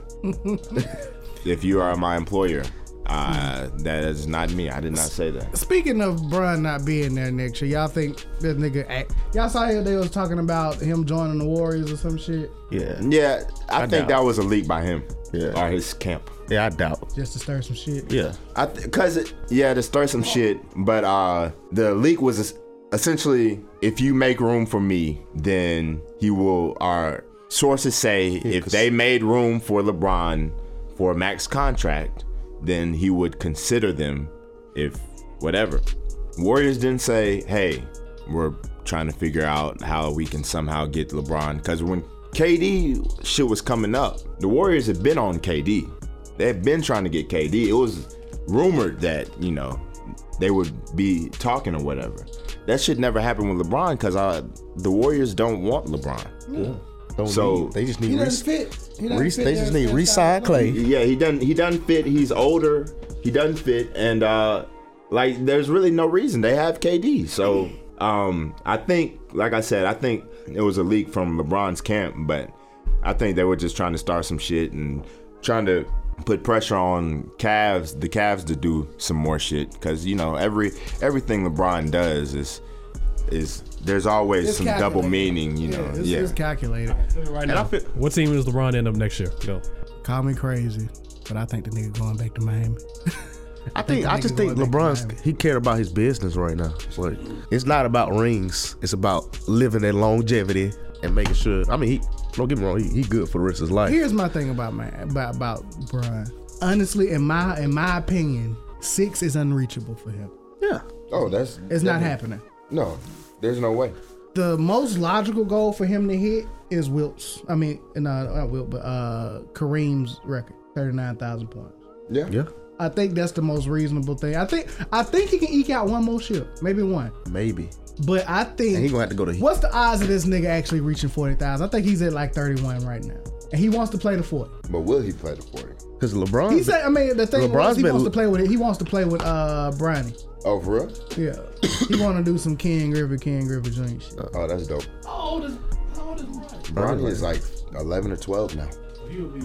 Speaker 1: if you are my employer, uh, that is not me. I did not say that.
Speaker 2: Speaking of Brian not being there next year, y'all think this nigga act? Y'all saw here they was talking about him joining the Warriors or some shit
Speaker 5: Yeah,
Speaker 1: Yeah, I, think
Speaker 5: doubt.
Speaker 1: that was a leak by him.
Speaker 5: Yeah.
Speaker 1: Or his camp.
Speaker 5: yeah, I doubt.
Speaker 2: just to stir some shit.
Speaker 5: Yeah,
Speaker 1: I th- cause it, yeah, to start some shit, but uh the leak was es- essentially if you make room for me, then he will our sources say if
Speaker 5: 'cause-
Speaker 1: they made room for LeBron for a max contract, then he would consider them if whatever. Warriors didn't say, "Hey, we're trying to figure out how we can somehow get LeBron." Cuz when KD shit was coming up, the Warriors had been on KD. They had been trying to get KD. It was rumored that, you know, they would be talking or whatever. That shit never happened with LeBron cuz the Warriors don't want LeBron.
Speaker 5: Don't
Speaker 1: So-
Speaker 5: need- they just
Speaker 2: He
Speaker 5: need. Re-
Speaker 2: doesn't fit. He doesn't
Speaker 5: re-
Speaker 2: fit
Speaker 5: they
Speaker 2: there
Speaker 5: just
Speaker 2: in
Speaker 5: need
Speaker 2: that style.
Speaker 5: re-sign Clay.
Speaker 1: Yeah, he doesn't he doesn't fit. He's older. He doesn't fit, and uh like there's really no reason they have KD. So um I think, like I said, I think it was a leak from LeBron's camp, but I think they were just trying to start some shit and trying to put pressure on Cavs, the Cavs to do some more shit because you know every everything LeBron does is is there's always
Speaker 2: It's
Speaker 1: some double
Speaker 2: calculated.
Speaker 1: meaning, you know.
Speaker 2: Yeah, it's,
Speaker 1: yeah.
Speaker 2: it's calculated.
Speaker 3: right now. what team does LeBron end up next year? Go.
Speaker 2: Call me crazy, but I think the nigga going back to Miami. *laughs*
Speaker 5: I think I just think LeBron's he cared about his business right now. Like it's not about rings. It's about living that longevity and making sure. I mean, he don't get me wrong. He, he good for the rest of his life.
Speaker 2: Here's my thing about my about about Brian. Honestly, in my in my opinion, six is unreachable for him.
Speaker 5: Yeah,
Speaker 1: Oh, that's
Speaker 2: It's not happening.
Speaker 1: No, there's no way.
Speaker 2: The most logical goal for him to hit is Wilt's. I mean, no, not Wilt, but uh, Kareem's record, thirty nine thousand points.
Speaker 5: yeah.
Speaker 2: I think that's the most reasonable thing. I think I think he can eke out one more ship, maybe one.
Speaker 5: Maybe
Speaker 2: But I think
Speaker 5: And he gonna have to go to-
Speaker 2: What's the odds of this nigga actually reaching forty thousand? I think he's at like thirty one right now, and he wants to play the forty.
Speaker 1: But will he play the 40?
Speaker 5: because LeBron.
Speaker 2: He said, I mean, the thing
Speaker 5: LeBron's
Speaker 2: was he
Speaker 5: been-
Speaker 2: wants to play with it. He wants to play with uh Bronny.
Speaker 1: Oh, for real?
Speaker 2: Yeah, he want to do some King River, King River joint shit.
Speaker 7: Uh-huh.
Speaker 1: Oh, that's dope.
Speaker 3: How old is How old is LeBron?
Speaker 1: Bronny is like 11 or 12 now.
Speaker 3: He'll be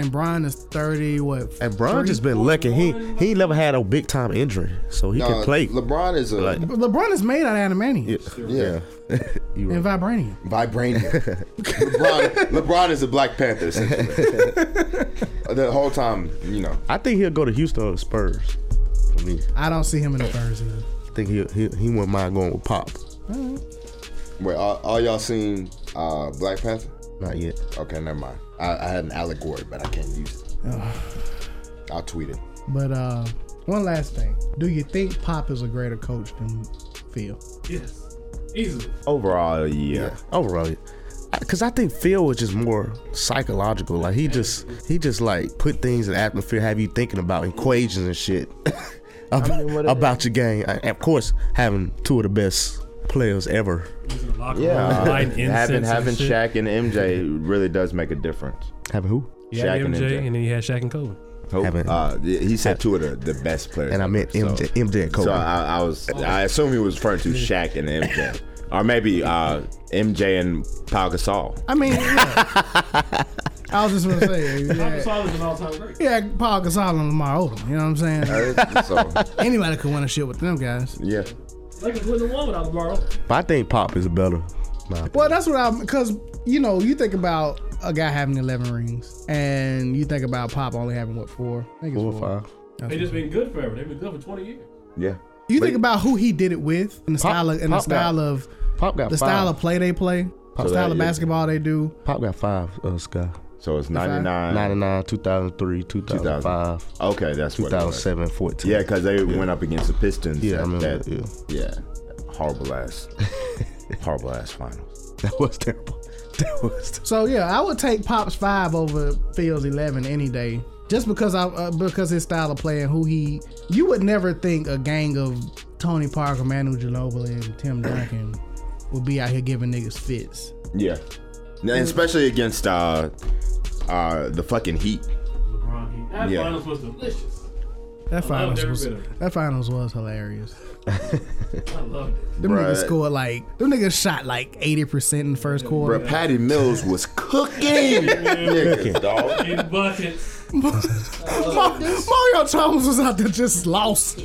Speaker 2: And Brian is thirty. What?
Speaker 5: and Bron just been lucky. He he ain't never had a big time injury, so he can play.
Speaker 1: LeBron is a
Speaker 5: Like-
Speaker 2: LeBron is made out of adamantium
Speaker 1: yeah.
Speaker 5: You
Speaker 2: and
Speaker 5: right.
Speaker 2: vibranium.
Speaker 5: *laughs*
Speaker 1: vibranium. LeBron, LeBron is a Black Panther. essentially. the whole time, you know.
Speaker 5: I think he'll go to Houston or the Spurs. For me,
Speaker 2: I don't see him in the Spurs either.
Speaker 5: I think he he, he wouldn't mind going with Pop.
Speaker 1: Wait, all, all y'all seen uh, Black Panther?
Speaker 5: Not yet.
Speaker 1: Okay, never mind. I, I had an allegory, but I can't use it.
Speaker 5: *sighs*
Speaker 1: I'll tweet it.
Speaker 2: But uh, one last thing. Do you think Pop is a greater coach than Phil?
Speaker 3: yes, easily.
Speaker 1: Overall, yeah.
Speaker 5: Overall, I, because I think Phil was just more psychological. Like he just he just like put things in atmosphere, have you thinking about equations and shit *laughs* about,
Speaker 4: what it
Speaker 5: about your game. And of course, having two of the best players ever.
Speaker 4: Yeah,
Speaker 5: *laughs*
Speaker 3: yeah,
Speaker 4: uh,
Speaker 3: lighting incense
Speaker 4: having
Speaker 3: and
Speaker 4: having
Speaker 3: shit.
Speaker 4: Shaq and MJ really does make a difference.
Speaker 5: Having who?
Speaker 3: You had
Speaker 4: Shaq and
Speaker 3: MJ,
Speaker 4: MJ.
Speaker 3: and then you had Shaq and Kobe.
Speaker 4: Who?
Speaker 5: Haven't-
Speaker 1: Uh, he said two of the, the best players.
Speaker 5: And I meant
Speaker 1: ever,
Speaker 5: MJ, MJ and
Speaker 1: So,
Speaker 5: Kobe.
Speaker 1: so I, I was, I assume he was referring to Shaq and MJ, or maybe uh, MJ and Pau Gasol.
Speaker 2: I mean, yeah.
Speaker 5: *laughs*
Speaker 2: I was just gonna say, yeah,
Speaker 3: an all-time great.
Speaker 2: yeah Paul Gasol and Lamar Odom. You know what I'm saying?
Speaker 1: so
Speaker 2: Anybody could win a shit with them guys.
Speaker 1: yeah,
Speaker 3: Lakers wouldn't have won without LeBron.
Speaker 5: but I think Pop is better.
Speaker 2: Well, that's what I'm because you know you think about a guy having eleven rings, and you think about Pop only having what four, I think it's
Speaker 5: Four or five.
Speaker 3: They just been good forever. They've been good for 20 years.
Speaker 1: yeah.
Speaker 2: You think about who he did it with, and the
Speaker 5: Pop-
Speaker 2: style of, and the
Speaker 5: Pop got-
Speaker 2: style of
Speaker 5: Pop got
Speaker 2: the
Speaker 5: five.
Speaker 2: style of play they play, the
Speaker 1: So
Speaker 2: style
Speaker 1: that
Speaker 2: of
Speaker 1: is-
Speaker 2: basketball they do.
Speaker 5: Pop got five. Uh, Sky.
Speaker 1: So it's 99,
Speaker 5: 99, 2003, 2005,
Speaker 1: Okay, that's what. it was.
Speaker 5: 2007, 14.
Speaker 1: Yeah, because they went up against the Pistons.
Speaker 5: Yeah, I
Speaker 1: at
Speaker 5: remember
Speaker 1: that-
Speaker 5: that, yeah.
Speaker 1: yeah. horrible
Speaker 5: *laughs*
Speaker 1: ass, horrible ass finals.
Speaker 5: *laughs* That was terrible. That was terrible.
Speaker 2: So yeah, I would take Pop's five over Phil's eleven any day, just because I uh, because his style of play and who he. You would never think a gang of Tony Parker, Manu Ginobili, and Tim Duncan would be out here giving niggas fits.
Speaker 1: Yeah, and especially against uh, uh, the fucking Heat.
Speaker 3: LeBron, that
Speaker 1: Yeah.
Speaker 3: finals was delicious.
Speaker 2: That
Speaker 3: loved
Speaker 2: finals
Speaker 3: every
Speaker 2: was
Speaker 3: bit of it.
Speaker 2: that finals was hilarious.
Speaker 3: I loved it. *laughs*
Speaker 2: Them
Speaker 1: Bruh.
Speaker 2: niggas scored like them niggas shot like eighty percent in the first quarter.
Speaker 1: Bruh, Patty Mills was *laughs* cooking, niggas, dog.
Speaker 3: In buckets.
Speaker 2: Ma- Mario Chalmers was out there just lost.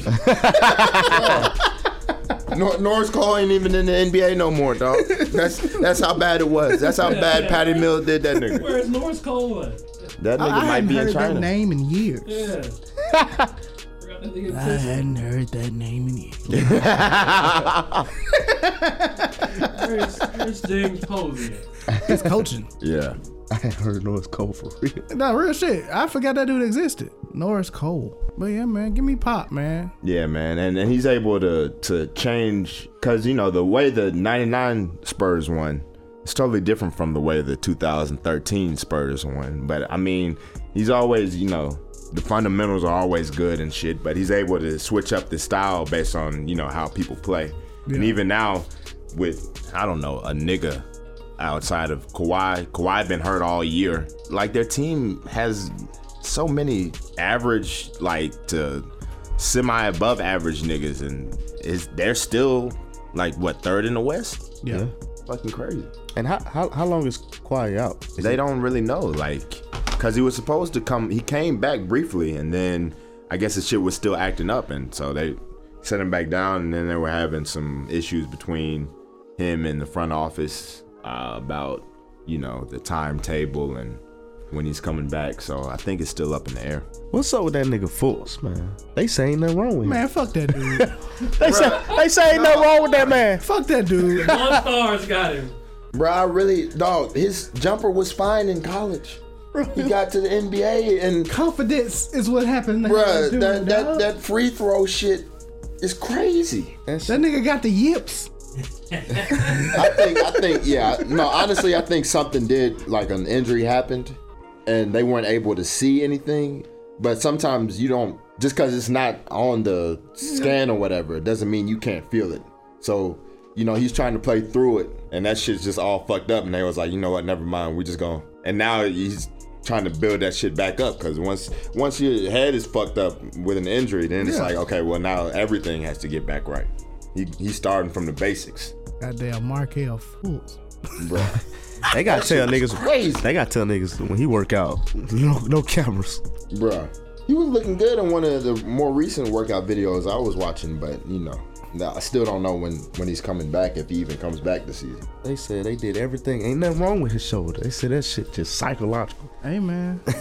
Speaker 1: Nor- Norris Cole ain't even in the NBA no more, dog.
Speaker 2: *laughs*
Speaker 1: That's that's how bad it was. That's how bad Patty Mills did that nigga.
Speaker 3: Where's Norris Cole at?
Speaker 1: That nigga
Speaker 2: I
Speaker 1: might
Speaker 2: hadn't
Speaker 1: be in
Speaker 2: heard
Speaker 1: China.
Speaker 2: that name in years.
Speaker 3: Yeah. Forgot that nigga
Speaker 2: I
Speaker 3: existed.
Speaker 2: hadn't heard that name in years.
Speaker 3: *laughs* Where's, where's James Posey at?
Speaker 2: He's coaching.
Speaker 1: Yeah.
Speaker 5: I had heard Norris Cole for real.
Speaker 2: Nah, real shit. I forgot that dude existed. Norris Cole. But yeah, man, give me pop, man.
Speaker 1: Yeah, man, and, and he's able to to change because you know the way the '99 Spurs won is totally different from the way the 2013 Spurs won. But I mean, he's always you know the fundamentals are always good and shit, but he's able to switch up the style based on you know how people play. And even now, with I don't know a nigga outside of Kawhi, Kawhi been hurt all year. Like their team has so many average like to semi above average niggas and is they're still like what third in the West?
Speaker 2: Yeah.
Speaker 1: Fucking crazy.
Speaker 5: And how, how how long is Kawhi out? Is
Speaker 1: They don't really know like cuz he was supposed to come he came back briefly and then I guess his shit was still acting up and so they sent him back down and then they were having some issues between him and the front office uh, about you know the timetable and when he's coming back so I think it's still up in the air.
Speaker 5: What's up with that nigga Fultz, man? They say ain't nothing wrong with him.
Speaker 2: Man, fuck that dude.
Speaker 1: *laughs*
Speaker 5: they say they say ain't nothing wrong with that man.
Speaker 2: fuck that dude.
Speaker 3: One star's got him.
Speaker 1: Bro, I really dog. His jumper was fine in college. He got to the NBA and
Speaker 2: Confidence is what happened. to
Speaker 1: bruh,
Speaker 2: dude,
Speaker 1: that, that
Speaker 2: dog.
Speaker 1: that free throw shit is crazy.
Speaker 2: That nigga got the yips.
Speaker 1: I think I think yeah. No, honestly, I think something did like an injury happened, and they weren't able to see anything. But sometimes you don't just because it's not on the scan or whatever, it doesn't mean you can't feel it. So you know he's trying to play through it, and that shit's just all fucked up. And they was like, you know what? Never mind. We just going. And now he's trying to build that shit back up because once once your head is fucked up with an injury, then it's
Speaker 2: Yeah.
Speaker 1: like okay, well now everything has to get back right. He, he's starting from the basics.
Speaker 2: Goddamn Markel Fultz.
Speaker 5: They gotta tell niggas.
Speaker 1: crazy.
Speaker 5: They gotta tell niggas when he work out. No no cameras.
Speaker 1: Bruh. He was looking good in one of the more recent workout videos I was watching, but you know, nah, I still don't know when when he's coming back if he even comes back this season.
Speaker 5: They said they did everything. Ain't nothing wrong with his shoulder. They said that shit just psychological.
Speaker 1: *laughs*
Speaker 2: Hey man, I,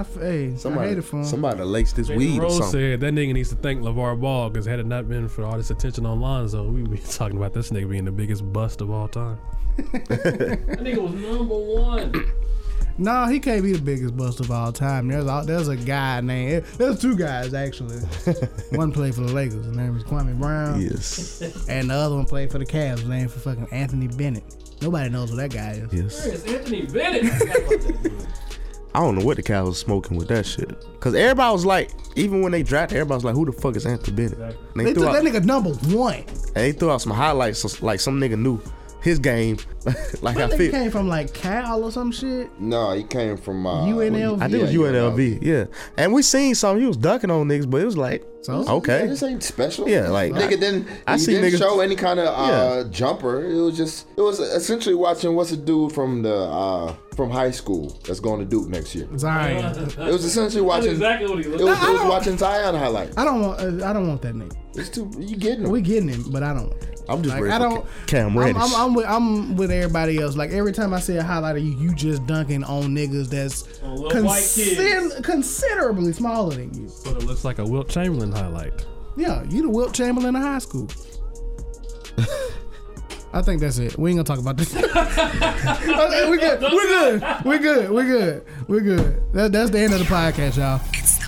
Speaker 2: I hey, I hate it for him.
Speaker 5: somebody laced this
Speaker 3: Weed
Speaker 5: weed or
Speaker 3: Rose
Speaker 5: something.
Speaker 3: said that nigga needs to thank LeVar Ball because had it not been for all this attention on Lonzo, we be *laughs* talking about
Speaker 1: *laughs*
Speaker 3: this nigga being the biggest bust of all time. that nigga was number one.
Speaker 2: No, he can't be the biggest bust of all time. There's a, there's a guy named there's two
Speaker 1: *laughs*
Speaker 2: guys actually. one played for the Lakers. His name is Kwame Brown,
Speaker 5: Yes.
Speaker 2: and the other one played for the Cavs. His name for fucking Anthony Bennett. Nobody knows what that guy is.
Speaker 5: Yes.
Speaker 3: It's Anthony *laughs* Bennett.
Speaker 5: I don't know what the cow was smoking with that shit. Cause everybody was like, even when they drafted, everybody was like, who the fuck is Anthony Bennett? And they,
Speaker 2: They
Speaker 5: threw
Speaker 2: took
Speaker 5: out,
Speaker 2: that nigga number one.
Speaker 5: and they threw out some highlights, so- like some nigga knew his game. *laughs* like
Speaker 2: That
Speaker 5: I
Speaker 2: nigga
Speaker 5: feel.
Speaker 2: came from like Cal or some shit.
Speaker 1: No, he came from uh,
Speaker 2: UNLV.
Speaker 5: I think it
Speaker 1: Yeah,
Speaker 5: was UNLV, yeah. And we seen some, he was ducking on niggas, but it was like,
Speaker 2: So?
Speaker 1: Yeah,
Speaker 5: okay.
Speaker 1: this ain't special.
Speaker 5: Yeah, like, I-
Speaker 1: nigga didn't.
Speaker 5: I
Speaker 1: I
Speaker 5: see
Speaker 1: didn't
Speaker 5: niggas-
Speaker 1: show any kind of uh, jumper. It was just. It was essentially watching what's a dude from the uh, from high school that's going to Duke next year.
Speaker 2: Zion.
Speaker 1: It was essentially watching.
Speaker 3: exactly what he
Speaker 1: It
Speaker 3: looked
Speaker 1: was, it was
Speaker 2: like.
Speaker 1: watching Zion highlights.
Speaker 2: I don't want. uh, I don't want that nigga.
Speaker 1: It's too. You getting him?
Speaker 2: We getting him, but I don't.
Speaker 5: I'm just
Speaker 2: Like,
Speaker 5: ready
Speaker 2: I
Speaker 5: for
Speaker 2: don't.
Speaker 5: Cam
Speaker 2: I'm,
Speaker 5: Reddish.
Speaker 2: I'm, I'm with, I'm with everybody else. Like every time I see a highlight of you, you just dunking on niggas that's
Speaker 3: On little white kids.
Speaker 2: considerably smaller than you.
Speaker 3: But it looks like a Wilt Chamberlain highlight.
Speaker 2: Yeah, you the Wilt Chamberlain of high school. I think that's it. We ain't gonna talk about this. *laughs* Okay, we good. We're good. We're good. We're good. We're good. That, that's the end of the podcast, y'all.
Speaker 6: It's the